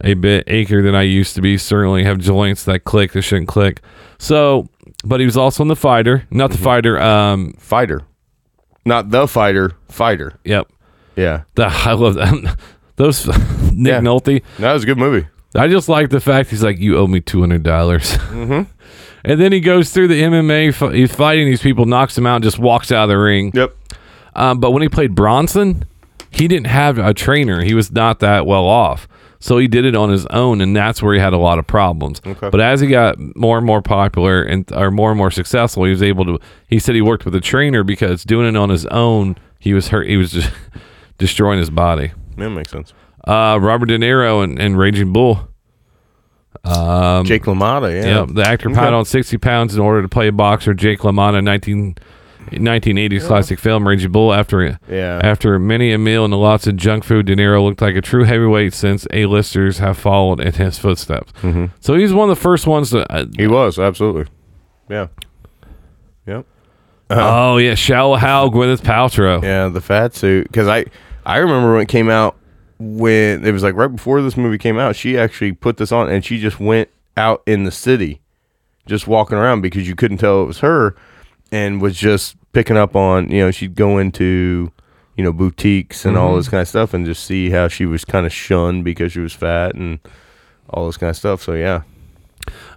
Speaker 4: a bit acher than I used to be. Certainly have joints that click that shouldn't click. So, but he was also in the fighter, not the fighter. Um,
Speaker 5: Fighter. Not the fighter, fighter.
Speaker 4: yep.
Speaker 5: Yeah.
Speaker 4: <laughs> The, I love that. those <laughs> Nick
Speaker 5: Yeah.
Speaker 4: Nolte.
Speaker 5: That was a good movie.
Speaker 4: I just like the fact he's like, you owe me two hundred dollars, <laughs> and then he goes through the MMA. F- he's fighting these people, knocks them out, and just walks out of the ring.
Speaker 5: Yep.
Speaker 4: Um, but when he played Bronson, he didn't have a trainer. He was not that well off. So he did it on his own, and that's where he had a lot of problems. But as he got more and more popular and or more and more successful, he was able to. He said he worked with a trainer because doing it on his own, he was hurt. He was just <laughs> destroying his body.
Speaker 5: That makes sense.
Speaker 4: Uh, Robert De Niro and, and Raging Bull.
Speaker 5: Jake LaMotta, Um, yeah.
Speaker 4: Yeah, the actor piled on 60 pounds in order to play boxer Jake LaMotta in 19, 1980s classic film Raging Bull. After
Speaker 5: Yeah.
Speaker 4: after many a meal and lots of junk food, De Niro looked like a true heavyweight since A-listers have followed in his footsteps.
Speaker 5: Mm-hmm.
Speaker 4: So he's one of the first ones to. Uh,
Speaker 5: He was, absolutely. Yeah. Yep.
Speaker 4: Oh yeah, Shallow Hal, Gwyneth Paltrow.
Speaker 5: Uh-huh. Yeah, the fat suit. Because I, I remember when it came out, when it was like right before this movie came out, she actually put this on and she just went out in the city, just walking around because you couldn't tell it was her, and was just picking up on you know she'd go into, you know boutiques and
Speaker 4: Mm-hmm.
Speaker 5: all this kind of stuff and just see how she was kind of shunned because she was fat and all this kind of stuff. So yeah,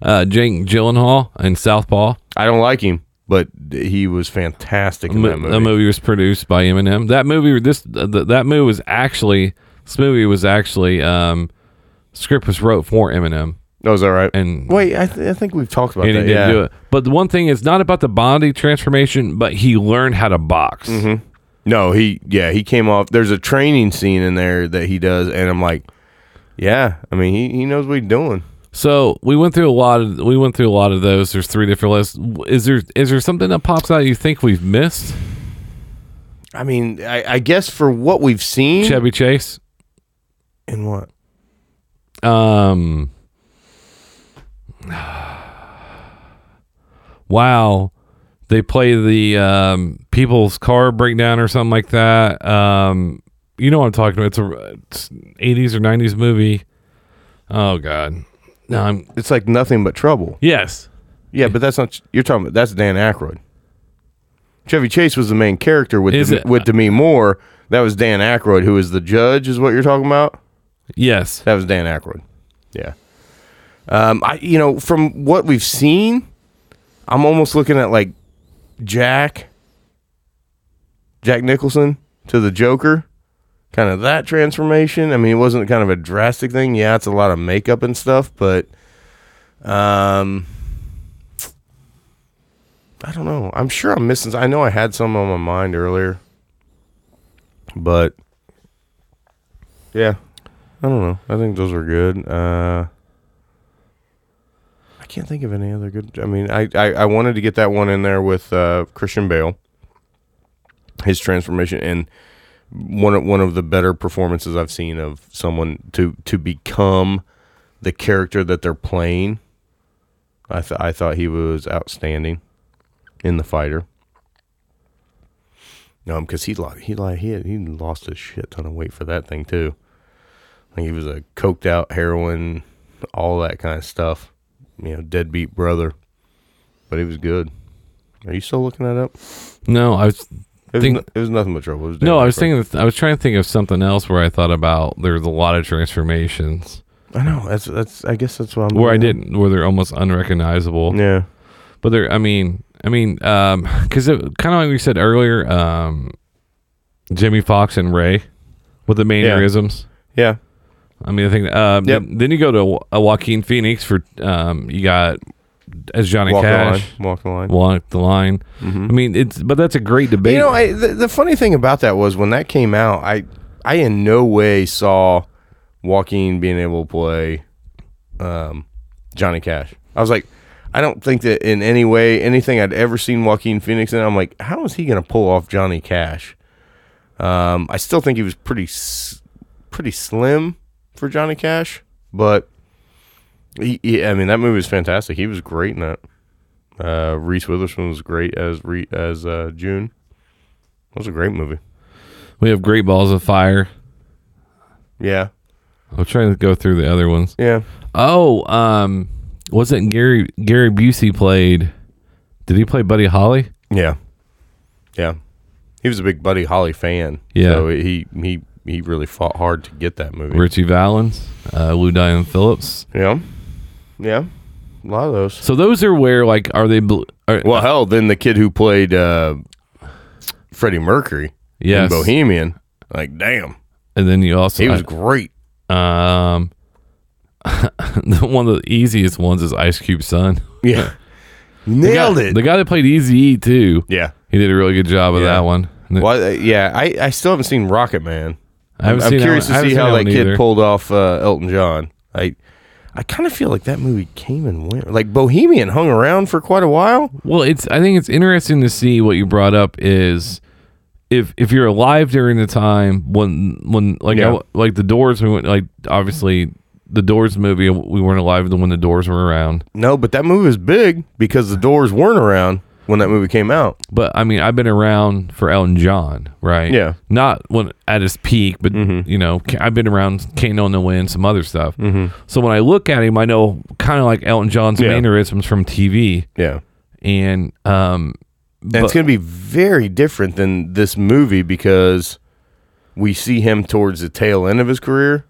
Speaker 4: Uh, Jake Gyllenhaal in Southpaw.
Speaker 5: I don't like him, but he was fantastic in
Speaker 4: Mo-
Speaker 5: that movie.
Speaker 4: The movie was produced by Eminem. That movie, this th- th- that movie was actually this movie was actually um, script was wrote for Eminem.
Speaker 5: That was all right.
Speaker 4: and-
Speaker 5: wait, I, th- I think we've talked about
Speaker 4: and
Speaker 5: that.
Speaker 4: he didn't
Speaker 5: yeah.
Speaker 4: do it. But the one thing is not about the body transformation, but he learned how to box.
Speaker 5: Mm-hmm. No, he yeah, he came off there's a training scene in there that he does and I'm like, Yeah, I mean he, he knows what he's doing.
Speaker 4: So we went through a lot of we went through a lot of those. There's three different lists. Is there is there something that pops out you think we've missed?
Speaker 5: I mean, I, I guess for what we've seen,
Speaker 4: Chevy Chase.
Speaker 5: In what?
Speaker 4: Um. Wow, they play the um, people's car breakdown or something like that. Um, you know what I'm talking about? It's a it's 80s or 90s movie. Oh God, no, I'm
Speaker 5: It's like nothing but trouble.
Speaker 4: yes.
Speaker 5: Yeah, but that's not you're talking about. That's Dan Aykroyd. Chevy Chase was the main character with
Speaker 4: Is
Speaker 5: Demi,
Speaker 4: it-
Speaker 5: with Demi Moore. That was Dan Aykroyd, who is the judge, is what you're talking about.
Speaker 4: Yes.
Speaker 5: That was Dan Aykroyd. Yeah. Um, I you know from what we've seen, I'm almost looking at like Jack, Jack Nicholson to the Joker, kind of that transformation. I mean, it wasn't kind of a drastic thing. Yeah, it's a lot of makeup and stuff, but um, I don't know. I'm sure I'm missing. I know I had some on my mind earlier, but yeah, I don't know. I think those are good. Uh, I can't think of any other good. I mean, I, I, I wanted to get that one in there with uh, Christian Bale, his transformation, and one of, one of the better performances I've seen of someone to to become the character that they're playing. I th- I thought he was outstanding in the fighter. Um, because he lo- he like he had, he lost a shit ton of weight for that thing too. Like he was a coked out heroin, all that kind of stuff. You know, deadbeat brother. But he was good. Are you still looking that up?
Speaker 4: No, I was
Speaker 5: It was,
Speaker 4: Think-
Speaker 5: no- it was nothing but trouble. It was
Speaker 4: no,
Speaker 5: Dan
Speaker 4: I was
Speaker 5: Aykroyd.
Speaker 4: thinking. I was trying to think of something else where I thought about there's a lot of transformations
Speaker 5: I know. That's that's. I guess that's what I'm.
Speaker 4: where I
Speaker 5: looking
Speaker 4: didn't where they're almost unrecognizable.
Speaker 5: at. Yeah.
Speaker 4: But there, I mean, I mean, um <laughs> 'cause because it kind of like we said earlier, um, Jimmy Fox and Ray with the mannerisms.
Speaker 5: Yeah.
Speaker 4: I mean, I think. Um,
Speaker 5: Yep.
Speaker 4: then, then you go to Wa- uh, Joaquin Phoenix for um, you got as Johnny
Speaker 5: Walk
Speaker 4: Cash.
Speaker 5: the line. Walk the line. Mm-hmm.
Speaker 4: Walk the line. I mean, it's but that's a great debate.
Speaker 5: You know, I, the, the funny thing about that was when that came out, I I in no way saw Joaquin being able to play um, Johnny Cash. I was like, I don't think that in any way anything I'd ever seen Joaquin Phoenix in. I'm like, how is he going to pull off Johnny Cash? Um, I still think he was pretty s- pretty slim for Johnny Cash, but he, he- I mean that movie was fantastic. He was great in that. Uh, Reese Witherspoon was great as Re- as uh, June. That was a great movie.
Speaker 4: we have Great Balls of Fire.
Speaker 5: Yeah,
Speaker 4: I'm trying to go through the other ones.
Speaker 5: yeah.
Speaker 4: Oh, um, wasn't Gary Gary Busey played? Did he play Buddy Holly?
Speaker 5: Yeah. Yeah. He was a big Buddy Holly fan.
Speaker 4: Yeah.
Speaker 5: So he he he really fought hard to get that movie.
Speaker 4: Richie Valens, uh, Lou Diamond Phillips.
Speaker 5: Yeah. Yeah. A lot of those.
Speaker 4: So those are where like are they? Bl- are,
Speaker 5: Well, hell, then the kid who played uh, Freddie Mercury
Speaker 4: Yes.
Speaker 5: in Bohemian, like, damn,
Speaker 4: and then you also
Speaker 5: he was great.
Speaker 4: um, <laughs> the- one of the easiest ones is Ice Cube's son. <laughs>
Speaker 5: Yeah.
Speaker 4: The guy-
Speaker 5: Nailed it.
Speaker 4: The guy that played Easy E too.
Speaker 5: yeah.
Speaker 4: he did a really good job of
Speaker 5: Yeah.
Speaker 4: that one.
Speaker 5: <laughs>
Speaker 4: And the-
Speaker 5: Well, I- uh, yeah, I, I still haven't seen Rocket Man.
Speaker 4: I haven't
Speaker 5: I'm
Speaker 4: seen that
Speaker 5: curious
Speaker 4: one- I
Speaker 5: to
Speaker 4: haven't
Speaker 5: see
Speaker 4: seen
Speaker 5: how
Speaker 4: that
Speaker 5: that
Speaker 4: one
Speaker 5: kid
Speaker 4: either.
Speaker 5: pulled off uh, Elton John. I I kind of feel like that movie came and went. Like Bohemian hung around for quite a while.
Speaker 4: Well, it's I think it's interesting to see what you brought up is if if you're alive during the time when when like
Speaker 5: Yeah.
Speaker 4: I- like the Doors we went like obviously the Doors movie we weren't alive when the Doors were around.
Speaker 5: No, but that movie was big because the Doors weren't around when that movie came out.
Speaker 4: But I mean, I've been around for Elton John, right?
Speaker 5: Yeah. Mm-hmm.
Speaker 4: Not when at his peak, but you know, ca- I've been around Kane on the Wind, some other stuff. Mm-hmm. So when I look at him, I know kind of like Elton John's
Speaker 5: Yeah.
Speaker 4: mannerisms from TV,
Speaker 5: Yeah,
Speaker 4: and um,
Speaker 5: and it's going to be very different than this movie because we see him towards the tail end of his career,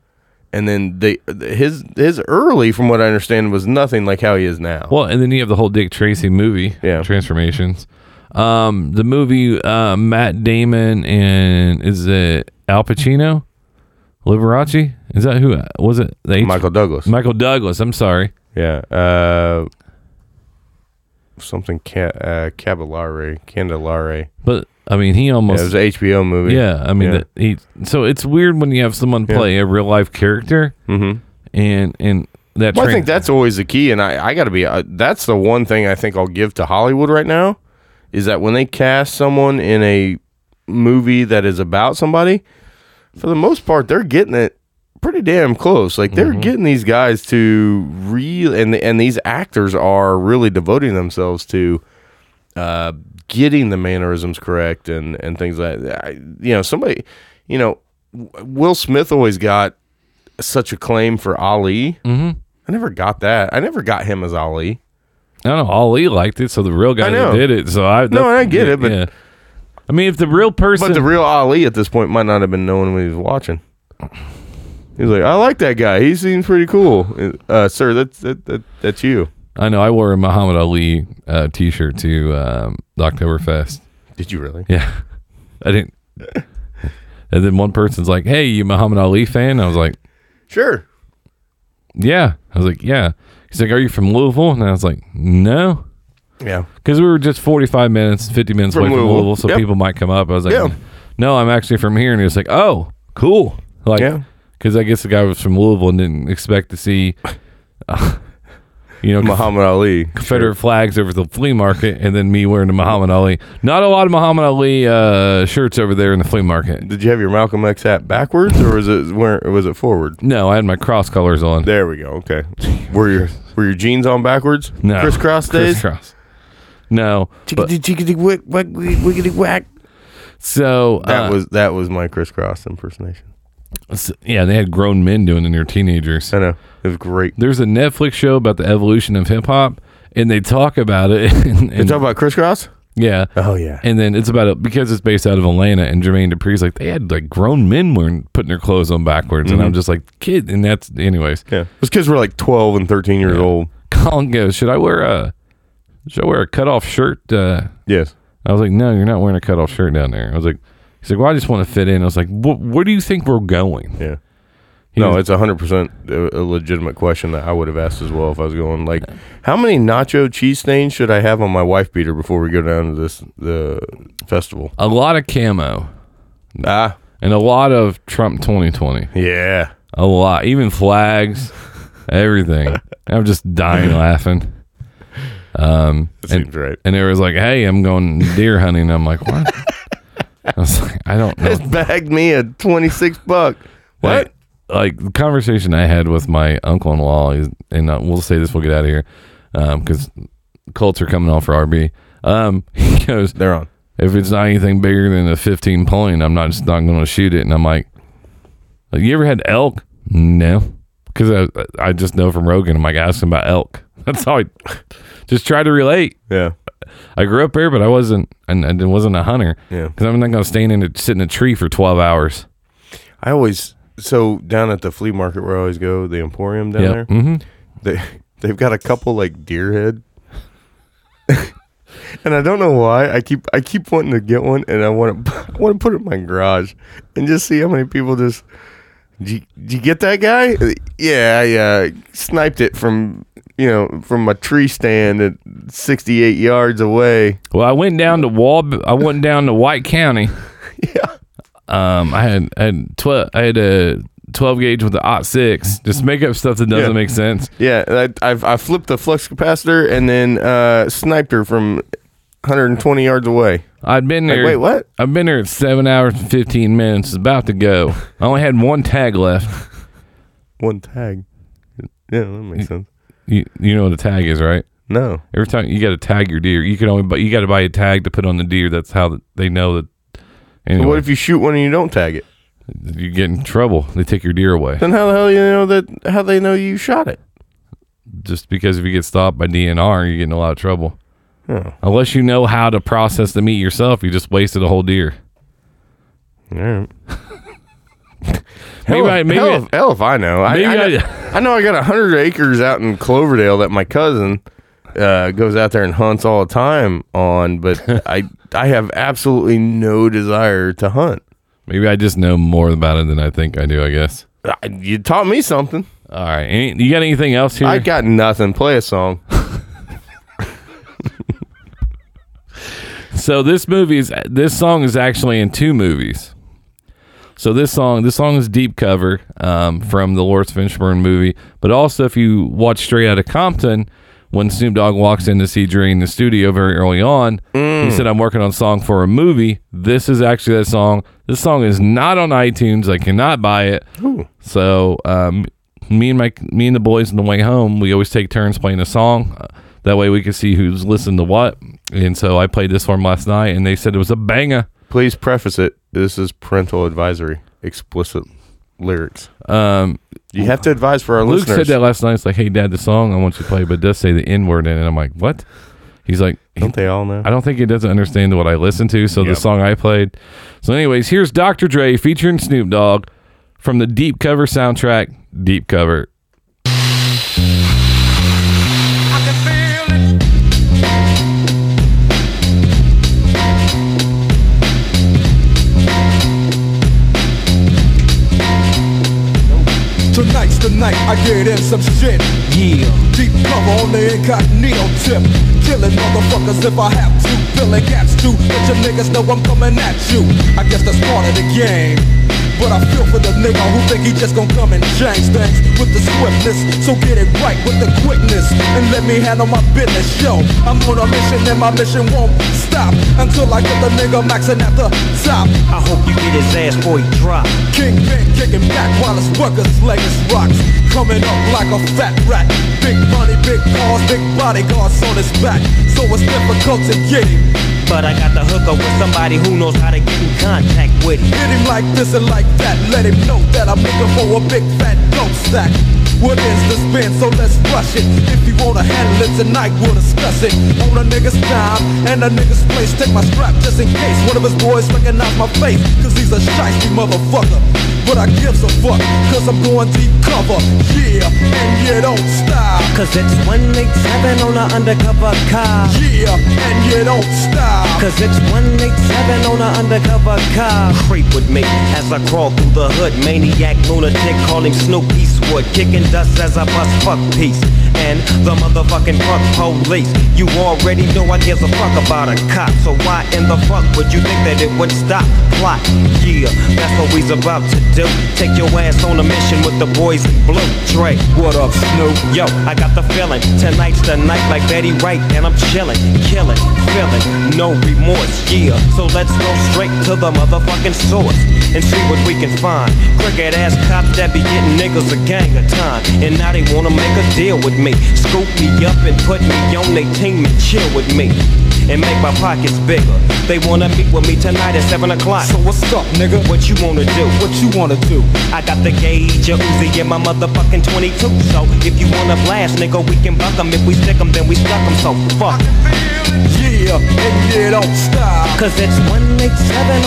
Speaker 5: and then they his his early, from what I understand, was nothing like how he is now.
Speaker 4: Well, and then you have the whole Dick Tracy movie,
Speaker 5: Yeah.
Speaker 4: transformations. Um, the movie uh, Matt Damon and is it Al Pacino, Liberace? Is that who was it? The H-
Speaker 5: Michael Douglas.
Speaker 4: Michael Douglas. I'm sorry.
Speaker 5: Yeah. Uh, something ca- uh, Caballare, Candelare.
Speaker 4: But I mean, he
Speaker 5: Yeah, it
Speaker 4: almost
Speaker 5: was an HBO movie.
Speaker 4: Yeah, I mean,
Speaker 5: Yeah.
Speaker 4: that he. So it's weird when you have someone play a real life character,
Speaker 5: Mhm.
Speaker 4: and and that.
Speaker 5: Well, I
Speaker 4: tran-
Speaker 5: think that's always the key, and I, I got to be. Uh, that's the one thing I think I'll give to Hollywood right now is that when they cast someone in a movie that is about somebody, for the most part, they're getting it pretty damn close. Like they're getting these guys to real, and and these actors are really devoting themselves to uh, getting the mannerisms correct and and things like that. I, you know, somebody, you know, W- Will Smith always got such a claim for Ali. Mm-hmm. I never got that. I never got him as Ali.
Speaker 4: I don't know. Ali liked it, so the real guy
Speaker 5: I
Speaker 4: that
Speaker 5: know.
Speaker 4: did it. So I
Speaker 5: No, I get it, but-
Speaker 4: I mean, if the real person,
Speaker 5: But the real Ali at this point might not have been knowing what he was watching. He was like, I like that guy. He seems pretty cool. Uh, sir, that's that, that, that's you.
Speaker 4: I know I wore a Muhammad Ali uh, T-shirt to um, the Oktoberfest. <laughs>
Speaker 5: Did you really?
Speaker 4: Yeah, I didn't. <laughs> and then one person's like, "Hey, you Muhammad Ali fan?" I was like,
Speaker 5: Sure.
Speaker 4: "Yeah." I was like, "Yeah." He's like, "Are you from Louisville?" And I was like, "No."
Speaker 5: Yeah.
Speaker 4: Because we were just 45 minutes, 50 minutes
Speaker 5: From
Speaker 4: away from
Speaker 5: Louisville.
Speaker 4: Louisville, so
Speaker 5: Yep.
Speaker 4: people might come up. I was like,
Speaker 5: Yeah.
Speaker 4: no, I'm actually from here. And he was like, oh, cool. Like,
Speaker 5: Yeah.
Speaker 4: because I guess the guy was from Louisville and didn't expect to see, <laughs> uh, you know,
Speaker 5: Muhammad Ali.
Speaker 4: Confederate flags over the flea market and then me wearing the Muhammad Ali. Not a lot of Muhammad Ali uh, shirts over there in the flea market.
Speaker 5: Did you have your Malcolm X hat backwards or was it where was it forward?
Speaker 4: No, I had my cross colors on.
Speaker 5: There we go. Okay. Were your were your jeans on backwards?
Speaker 4: No.
Speaker 5: Crisscross days.
Speaker 4: Crisscross. No. but- so
Speaker 5: That
Speaker 4: uh,
Speaker 5: was that was my crisscross impersonation.
Speaker 4: s- yeah, they had grown men doing it in their teenagers.
Speaker 5: I know it was great.
Speaker 4: there's a Netflix show about the evolution of hip hop, and they talk about it. <laughs> And,
Speaker 5: You talk about crisscross?
Speaker 4: yeah,
Speaker 5: Oh yeah.
Speaker 4: and then it's about it because it's based out of Atlanta, and Jermaine Dupri's like they had like grown men wearing putting their clothes on backwards, and I'm just like kid, and that's anyways.
Speaker 5: Mm-hmm. yeah. Those kids were like twelve and thirteen years old.
Speaker 4: Colin goes, should I wear a should I wear a cutoff shirt? Uh,
Speaker 5: Yes.
Speaker 4: I was like, no, you're not wearing a cutoff shirt down there. I was like, he's like, well, I just want to fit in. I was like, "Wh- where do you think we're going?
Speaker 5: Yeah. no,
Speaker 4: was-
Speaker 5: it's a hundred percent a a legitimate question that I would have asked as well if I was going. Like, how many nacho cheese stains should I have on my wife beater before we go down to this the festival?
Speaker 4: A lot of camo
Speaker 5: Ah,
Speaker 4: and a lot of Trump 2020.
Speaker 5: yeah.
Speaker 4: A lot, even flags, everything. I'm just dying laughing. Um,
Speaker 5: That
Speaker 4: and,
Speaker 5: seems right.
Speaker 4: and it was like, "Hey, I'm going deer hunting." I'm like, "What?" I was like, "I don't know."
Speaker 5: Just bagged me a twenty six buck. <laughs> What?
Speaker 4: Like, like, the conversation I had with my uncle-in-law, is- and uh, we'll say this, we'll get out of here, because Colts are coming off for RB. Um, <laughs> he goes,
Speaker 5: They're on.
Speaker 4: if it's not anything bigger than a 15 point, I'm not just not going to shoot it. And I'm like, like, you ever had elk? No, because I, I just know from Rogan. I'm like, ask him about elk. <laughs> That's how I just try to relate.
Speaker 5: Yeah.
Speaker 4: I grew up here, but I wasn't, and I wasn't a hunter.
Speaker 5: Yeah.
Speaker 4: because I'm not going to stand in a, sit in a tree for 12 hours.
Speaker 5: I always so down at the flea market where I always go, the Emporium down there.
Speaker 4: hmm
Speaker 5: they <laughs> they've got a couple like deer head <laughs> and i don't know why i keep i keep wanting to get one and i want to <laughs> i want to put it in my garage and just see how many people just did you, did you get that guy <laughs> yeah i uh, sniped it from you know from a tree stand at 68 yards away
Speaker 4: Well, I went down to Wal. I went down to
Speaker 5: <laughs>
Speaker 4: White County. yeah. Um, I had I had twelve. I had a twelve gauge with the OT six. Just make up stuff that doesn't
Speaker 5: Yeah.
Speaker 4: make sense.
Speaker 5: yeah and I, I've, I flipped the flux capacitor and then uh, sniped her from 120 yards away
Speaker 4: I'd been
Speaker 5: Like,
Speaker 4: there.
Speaker 5: wait, what?
Speaker 4: I've been there at seven hours and fifteen minutes. It's about to go. I only had one tag left.
Speaker 5: one tag yeah that makes sense
Speaker 4: You, you know what a tag is, right?
Speaker 5: no
Speaker 4: Every time you got to tag your deer, you can only buy, you got to buy a tag to put on the deer. That's how th- they know that. Anyway,
Speaker 5: What if you shoot one and you don't tag it?
Speaker 4: you get in trouble? They take your deer away
Speaker 5: Then how the hell you know that? How they know you shot it?
Speaker 4: just because if you get stopped by DNR, you get in a lot of trouble.
Speaker 5: Oh,
Speaker 4: Unless you know how to process the meat yourself, you just wasted a whole deer.
Speaker 5: all right.
Speaker 4: <laughs> Maybe
Speaker 5: hell,
Speaker 4: I- maybe
Speaker 5: hell,
Speaker 4: I-
Speaker 5: if, hell if I know. I,
Speaker 4: Maybe
Speaker 5: I, know,
Speaker 4: I-
Speaker 5: I know I got a hundred acres out in Cloverdale that my cousin uh, goes out there and hunts all the time on,
Speaker 4: <laughs>
Speaker 5: but I I have absolutely no desire to hunt.
Speaker 4: Maybe I just know more about it than I think I do. I guess.
Speaker 5: I, you taught me something.
Speaker 4: All right. Any, you got anything else here?
Speaker 5: I got nothing. Play a song.
Speaker 4: so this movie is this song is actually in two movies. So this song, this song is deep cover um, from the Lawrence Fishburne movie, but also if you watch Straight Outta Compton, when Snoop Dogg walks in to see Dre in the studio very early on,
Speaker 5: Mm.
Speaker 4: he said, "I'm working on a song for a movie. This is actually that song. This song is not on iTunes. I cannot buy it. So um, me and my me and the boys on the way home, we always take turns playing a song. Uh, That way we can see who's listened to what. And so I played this for 'em last night, and they said it was a banger.
Speaker 5: Please preface it. This is parental advisory, explicit lyrics.
Speaker 4: Um,
Speaker 5: you have to advise for our
Speaker 4: Luke
Speaker 5: listeners.
Speaker 4: said that last night. It's like, hey, dad, the song I want you to play, but it does say the N word in it. I'm like, what? He's like,
Speaker 5: Don't they all know?
Speaker 4: I don't think he doesn't understand what I listen to. So the song I played. So, anyways, here's Dr. Dre featuring Snoop Dogg from the Deep Cover soundtrack. Deep Cover.
Speaker 11: Tonight's the night I get in some shit. Yeah. Deep cover on the incognito tip. Killing motherfuckers if I have to. Filling gaps too. Let your niggas know I'm coming at you. I guess that's part of the game. But I feel for the nigga who think he just gon' come and change things with the swiftness. So get it right with the quickness and let me handle my business. Yo, I'm on a mission and my mission won't stop until I get the nigga maxing at the top. I hope you get his ass boy drop. Kingpin kicking back while his workers leg is rocks. Coming up like a fat rat. Big money, big cars, big bodyguards on his back. So it's difficult to get him.
Speaker 12: But I got the hookup with somebody who knows how to get in contact with him.
Speaker 11: Hit him like this and like that. Let him know that I'm looking for a big fat dope sack. What is the spin? So let's rush it. If you wanna handle it tonight, we'll discuss it. On a nigga's time and a nigga's place. Take my strap just in case one of his boys recognize my face. Cause he's a shiesty motherfucker. But I gives a fuck, cause I'm going deep cover. Yeah, and you don't stop.
Speaker 12: Cause it's 187 on an undercover car.
Speaker 11: Yeah, and you don't stop.
Speaker 12: Cause it's 187 on an undercover car. Creep with me as I crawl through the hood. Maniac lunatic, call him Snoop Eastwood. Kicking dust as I bust fuck peace. And the motherfucking punk police. You already know I gives a fuck about a cop. So why in the fuck would you think that it would stop? Plot, yeah, that's what we's about to do. Take your ass on a mission with the boys in blue. Dre, what up, Snoop? Yo, I got the feeling. Tonight's the night like Betty Wright, and I'm chilling, killing, feeling, no remorse, yeah. So let's go straight to the motherfucking source and see what we can find. Cricket ass cops that be getting niggas a gang of time, and now they wanna make a deal with me. Scoop me up and put me on they team and chill with me. And make my pockets bigger. They wanna meet with me tonight at 7 o'clock. So
Speaker 11: what's up, nigga?
Speaker 12: What you wanna do?
Speaker 11: What you wanna do?
Speaker 12: I got the gauge, a Uzi, and my motherfucking 22. So if you wanna blast, nigga, we can buck 'em. If we stick 'em, then we stuck 'em. So fuck.
Speaker 11: Yeah, and you don't stop.
Speaker 12: Cause it's 187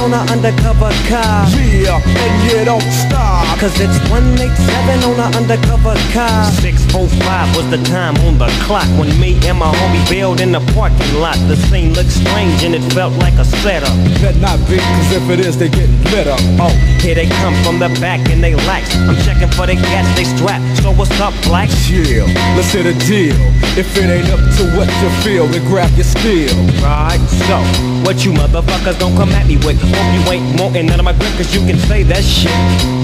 Speaker 12: on an undercover car.
Speaker 11: Yeah, and you don't stop.
Speaker 12: Cause it's 187 on an undercover car. 645 oh was the time on the clock when me and my homie bailed in the parking lot. The scene looked strange and it felt like a setup.
Speaker 11: Bet not be, cause if it is, they getting lit up.
Speaker 12: Oh, here they come from the back and they lax. I'm checking for the gas, they strap. So what's up, black?
Speaker 11: Chill, let's hit a deal. If it ain't up to what you feel, then grab your steel.
Speaker 12: Right, so what you motherfuckers gon' come at me with? Hope you ain't wantin' none of my grip, cause you can say that shit.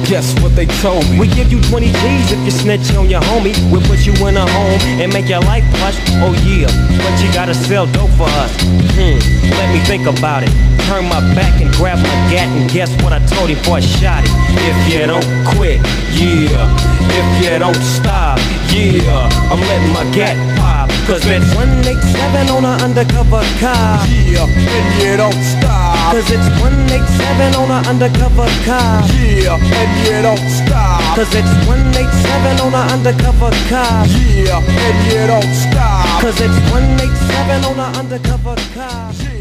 Speaker 11: Guess what they told me?
Speaker 12: We give you 20 G's if you snitch on your homie. We'll put you in a home and make your life plush. Oh yeah, but you gotta sell dope for us. Hmm, let me think about it. Turn my back and grab my gat and guess what I told him before I shot it. If you don't quit, yeah. If you don't stop, yeah. I'm letting my gat pop. Cause it's 187 on an undercover car.
Speaker 11: Yeah, and you don't stop.
Speaker 12: Cause it's 187 on an undercover car.
Speaker 11: Yeah, and you don't stop.
Speaker 12: Cause it's 187 on an undercover car.
Speaker 11: Yeah, and you don't stop.
Speaker 12: Cause it's 187 on an undercover car.
Speaker 11: Yeah.